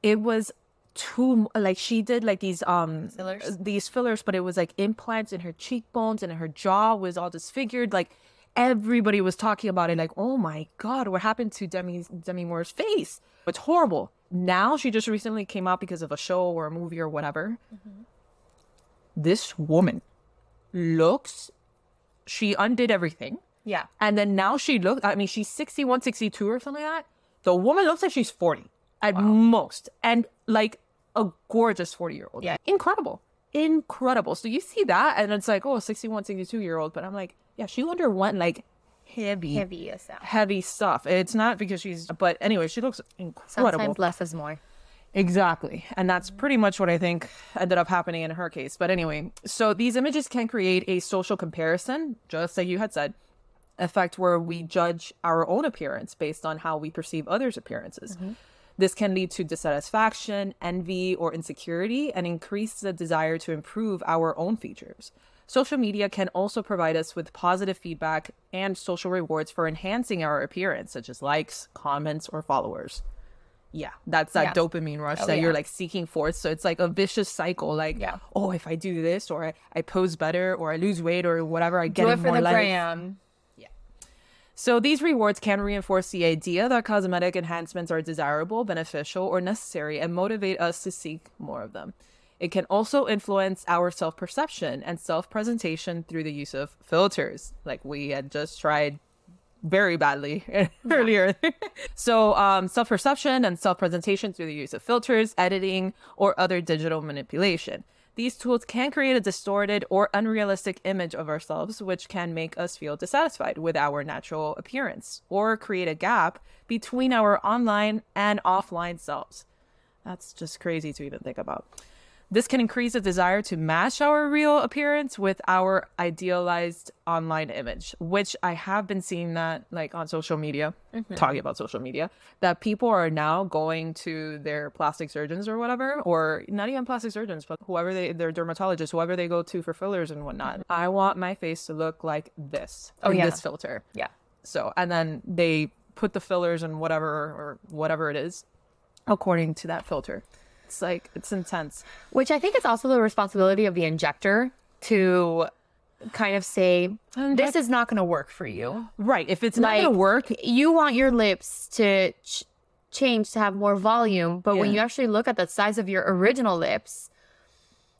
it was too like she did like these um
Fillers?
these fillers but it was like implants in her cheekbones and her jaw was all disfigured like everybody was talking about it like oh my god what happened to demi demi moore's face it's horrible now she just recently came out because of a show or a movie or whatever this woman looks she undid everything
Yeah.
and then now she looks, I mean, she's 61, 62 or something like that. The woman looks like she's 40 at most. And like a gorgeous 40 year old.
Yeah.
Incredible. Incredible. So you see that and it's like, oh, 61, 62 year old. But I'm like, yeah, she underwent like heavy, heavy,
Heavy as that.
stuff. It's not because she's, but anyway, she looks
Sometimes
incredible.
less is more.
Exactly. And that's pretty much what I think ended up happening in her case. But anyway, so these images can create a social comparison, just like you had said, effect where we judge our own appearance based on how we perceive others' appearances. Mm-hmm. This can lead to dissatisfaction, envy, or insecurity, and increase the desire to improve our own features. Social media can also provide us with positive feedback and social rewards for enhancing our appearance, such as likes, comments, or followers. Yeah, that's that
Yeah.
dopamine rush
Oh,
that you're
yeah.
like seeking for. So it's like a vicious cycle. Like,
Yeah.
oh, if I do this, or I, I pose better, or I lose weight, or whatever, I get
Do it for
more
the
likes.
gram.
So these rewards can reinforce the idea that cosmetic enhancements are desirable, beneficial, or necessary and motivate us to seek more of them. It can also influence our self perception and self presentation through the use of filters, like we had just tried very badly earlier. so, um, self perception and self presentation through the use of filters, editing, or other digital manipulation. These tools can create a distorted or unrealistic image of ourselves, which can make us feel dissatisfied with our natural appearance or create a gap between our online and offline selves. That's just crazy to even think about. This can increase the desire to match our real appearance with our idealized online image, which I have been seeing that like on social media,
Mm-hmm.
talking about social media, that people are now going to their plastic surgeons or whatever, or not even plastic surgeons, but whoever they, their dermatologist, whoever they go to for fillers and whatnot. I want my face to look like this.
Mm-hmm. Oh,
in
yeah.
This filter.
Yeah.
So, and then they put the fillers and whatever or whatever it is according to that filter. It's like it's intense.
Which I think is also the responsibility of the injector to kind of say, this is not going to work for you.
Right. If it's not going
Like-
to work,
You want your lips to ch- change to have more volume, but when
Yeah.
you actually look at the size of your original lips,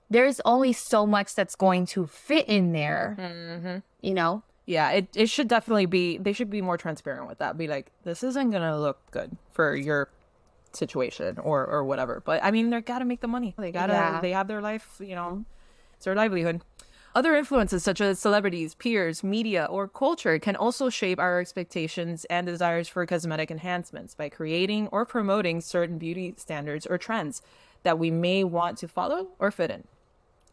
there's only so much that's going to fit in there. You know?
yeah, it, it should definitely be, they should be more transparent with that. Be like, this isn't going to look good for your situation or, or whatever. But I mean, they got to make the money. They got to,
Yeah.
they have their life, you know, it's their livelihood. Other influences such as celebrities, peers, media, or culture can also shape our expectations and desires for cosmetic enhancements by creating or promoting certain beauty standards or trends that we may want to follow or fit in.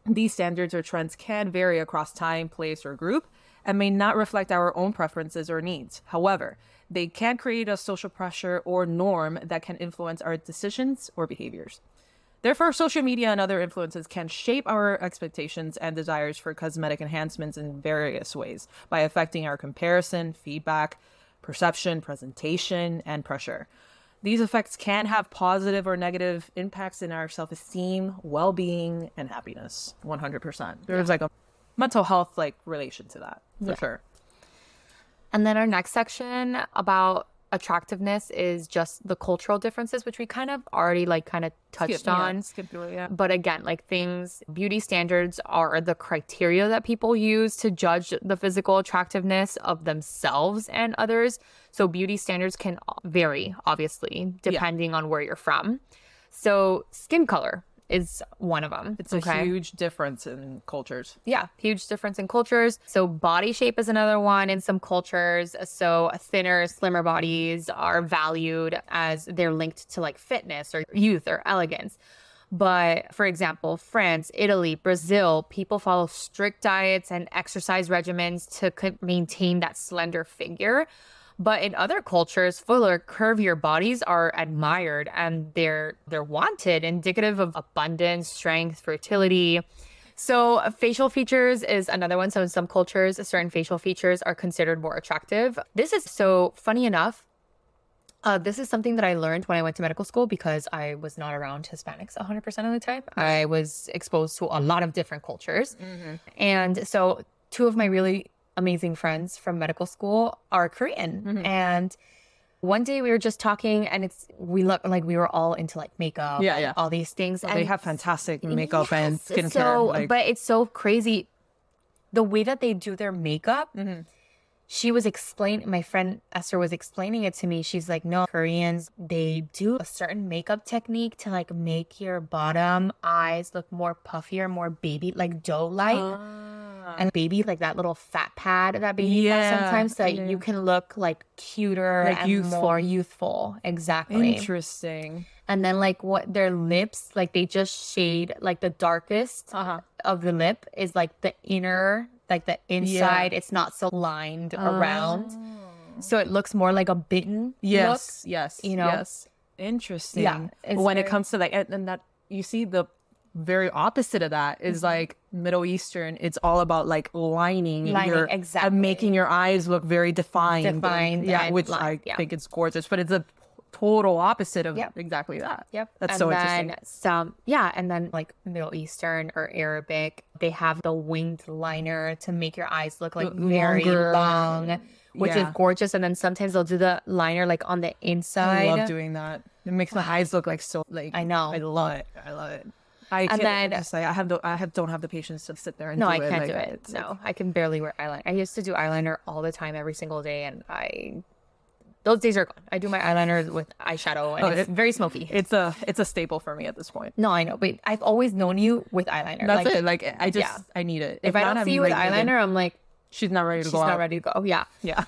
These standards or trends can vary across time, place, or group and may not reflect our own preferences or needs. However, they can create a social pressure or norm that can influence our decisions or behaviors. Therefore, social media and other influences can shape our expectations and desires for cosmetic enhancements in various ways by affecting our comparison, feedback, perception, presentation, and pressure. These effects can have positive or negative impacts in our self esteem, well being, and happiness. 100%. There's like a mental health like relation to that for sure.
And then our next section about attractiveness is just the cultural differences, which we kind of already like kind of touched on.
skip through it, yeah.
But again, like things, beauty standards are the criteria that people use to judge the physical attractiveness of themselves and others. So beauty standards can vary, obviously, depending on where you're from. So skin color is one of them.
It's a huge difference in cultures.
Yeah, huge difference in cultures. So body shape is another one in some cultures. So thinner, slimmer bodies are valued as they're linked to like fitness or youth or elegance. But for example, France, Italy, Brazil, people follow strict diets and exercise regimens to c- maintain that slender figure. But in other cultures, fuller, curvier bodies are admired and they're they're wanted, indicative of abundance, strength, fertility. So, uh, facial features is another one. So, in some cultures, certain facial features are considered more attractive. This is so funny enough. Uh, this is something that I learned when I went to medical school because I was not around Hispanics 100% of the time. I was exposed to a lot of different cultures.
Mm-hmm.
And so, two of my really amazing friends from medical school are Korean.
Mm-hmm.
And one day we were just talking, and it's we look like we were all into like makeup,
Yeah,
and
yeah.
all these things.
They
and
have fantastic makeup and
Yes,
skincare.
So,
like-
but it's so crazy the way that they do their makeup.
Mm-hmm.
She was explaining, my friend Esther was explaining it to me. She's like, no, Koreans, they do a certain makeup technique to like make your bottom eyes look more puffier, more baby, like dough like.
Ah.
and baby, like that little fat pad that babies
Yeah,
have sometimes, so that
yeah.
you can look like cuter
Like
and
youthful.
more youthful. Exactly
Interesting.
and then like what their lips like they just shade like the darkest
Uh-huh.
of the lip is like the inner like the inside. It's not so lined around. So it looks more like a bitten.
Yes, yes,
you know?
yes. Interesting.
Yeah, it's
when it
very-
comes to like, and, and that you see the very opposite of that is
Mm-hmm.
like Middle Eastern. It's all about like lining,
Lining,
your,
exactly.
and making your eyes look very defined.
Defined
yeah,
and
which
lined,
I
yeah.
think it's gorgeous, but it's a total opposite of
Yep.
exactly that.
Yep.
that's
and
so
then
interesting.
Some, yeah, and then like Middle Eastern or Arabic, they have the winged liner to make your eyes look like
L-
very
longer.
long, which
Yeah.
is gorgeous. And then sometimes they'll do the liner like on the
I
inside.
love doing that. It makes my eyes look like so like
I know.
I love it. I love it. I can't,
then-
just like I have the I have don't have the patience to sit there and
no,
do
I
it,
can't
like,
do it.
it's like-
No, I can barely wear eyeliner. I used to do eyeliner all the time, every single day, and I those days are gone. I do my eyeliner with eyeshadow, and
Oh,
it's
it-
very smoky.
it's a it's a staple for me at this point.
no, I know, but I've always known you with eyeliner.
That's
like,
it. Like I just
yeah.
I need it.
If I
not,
don't see
I'm
you with
regulated.
eyeliner, I'm like,
she's not ready to
she's
go
not
out.
ready to go. Oh, Yeah.
Yeah.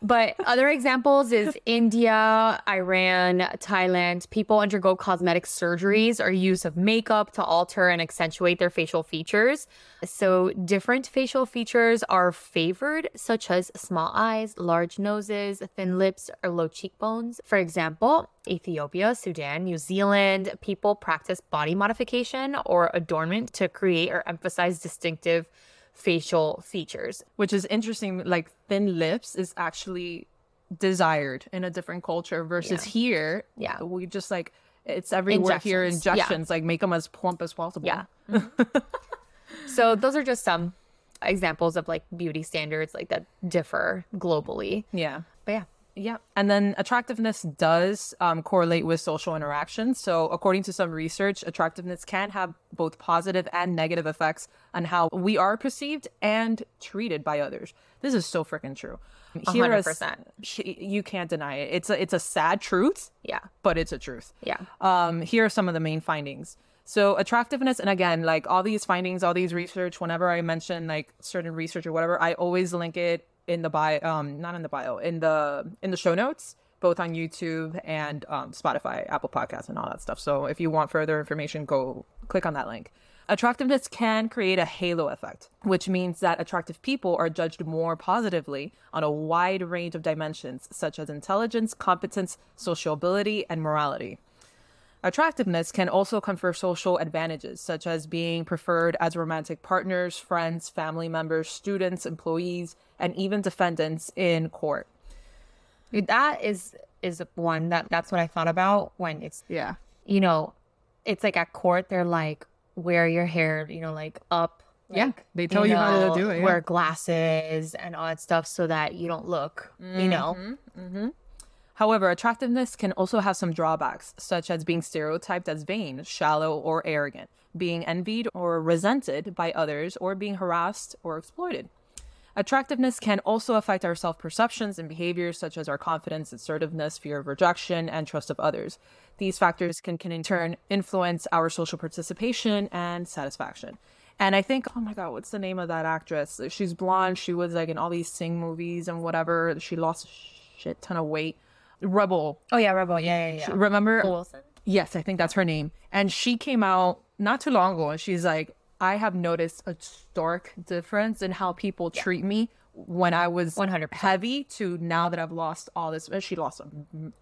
But other examples is India, Iran, Thailand. People undergo cosmetic surgeries or use of makeup to alter and accentuate their facial features. So, different facial features are favored, such as small eyes, large noses, thin lips, or low cheekbones. For example, Ethiopia, Sudan, New Zealand, people practice body modification or adornment to create or emphasize distinctive facial features.
Which is interesting. Like thin lips is actually desired in a different culture versus here.
Yeah.
We just like it's everywhere here.
Injections. Yeah.
Injections like make them as plump as possible.
Yeah. Mm-hmm. So those are just some examples of like beauty standards like that differ globally.
Yeah.
But yeah.
Yeah. And then attractiveness does um, correlate with social interaction. So, according to some research, attractiveness can have both positive and negative effects on how we are perceived and treated by others. This is so freaking true. Here is-
100%.
he- you can't deny it. It's a, it's a sad truth,
Yeah.
but it's a truth.
Yeah.
Um, here are some of the main findings. So attractiveness, and again, like all these findings, all these research. Whenever I mention like certain research or whatever, I always link it in the bio, um, not in the bio, in the in the show notes, both on YouTube and um, Spotify, Apple Podcasts, and all that stuff. So if you want further information, go click on that link. Attractiveness can create a halo effect, which means that attractive people are judged more positively on a wide range of dimensions, such as intelligence, competence, sociability, and morality. Attractiveness can also confer social advantages, such as being preferred as romantic partners, friends, family members, students, employees, and even defendants in court.
That is is one that that's what I thought about when it's
Yeah.
you know, it's like at court they're like wear your hair, you know, like up.
Yeah,
like,
they tell you how to
know,
do it, yeah.
Wear glasses and all that stuff so that you don't look, you
Mm-hmm.
know.
However, attractiveness can also have some drawbacks, such as being stereotyped as vain, shallow, or arrogant, being envied or resented by others, or being harassed or exploited. Attractiveness can also affect our self perceptions and behaviors, such as our confidence, assertiveness, fear of rejection, and trust of others. These factors can, can in turn influence our social participation and satisfaction. And I think, oh my God, what's the name of that actress? She's blonde. She was like in all these Sing movies and whatever. She lost a shit ton of weight. Rebel.
Oh yeah, rebel. Yeah, yeah, yeah.
Remember?
Wilson.
Yes, I think that's her name. And she came out not too long ago and she's like, I have noticed a stark difference in how people treat me when I was
100%.
heavy to now that I've lost all this. and She lost a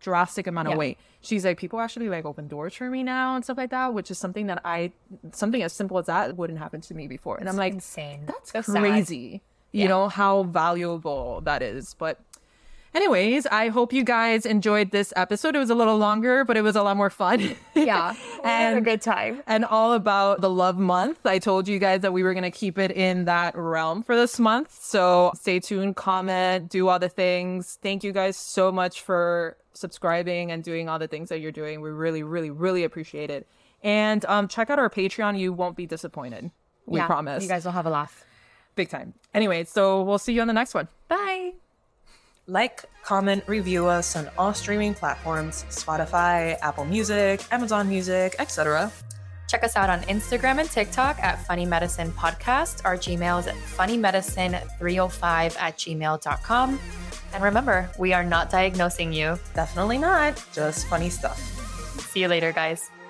drastic amount
Yeah.
of weight. She's like, people actually like open doors for me now and stuff like that, which is something that I, something as simple as that wouldn't happen to me before. And I'm like,
Insane.
that's
So sad.
crazy. You know how valuable that is. But anyways, I hope you guys enjoyed this episode. It was a little longer, but it was a lot more fun.
Yeah. We had a
And-
good time.
and all about the love month. I told you guys that we were going to keep it in that realm for this month. So stay tuned, comment, do all the things. Thank you guys so much for subscribing and doing all the things that you're doing. We really, really, really appreciate it. And um, check out our Patreon. You won't be disappointed. We
Yeah,
promise.
You guys will have a laugh.
Big time. Anyway, so we'll see you on the next one.
Bye.
Like, comment, review us on all streaming platforms Spotify, Apple Music, Amazon Music, etc.
Check us out on Instagram and TikTok at Funny Medicine Podcast. Our Gmail is at funnymedicine305 at gmail.com. And remember, we are not diagnosing you.
Definitely not, just funny stuff.
See you later, guys.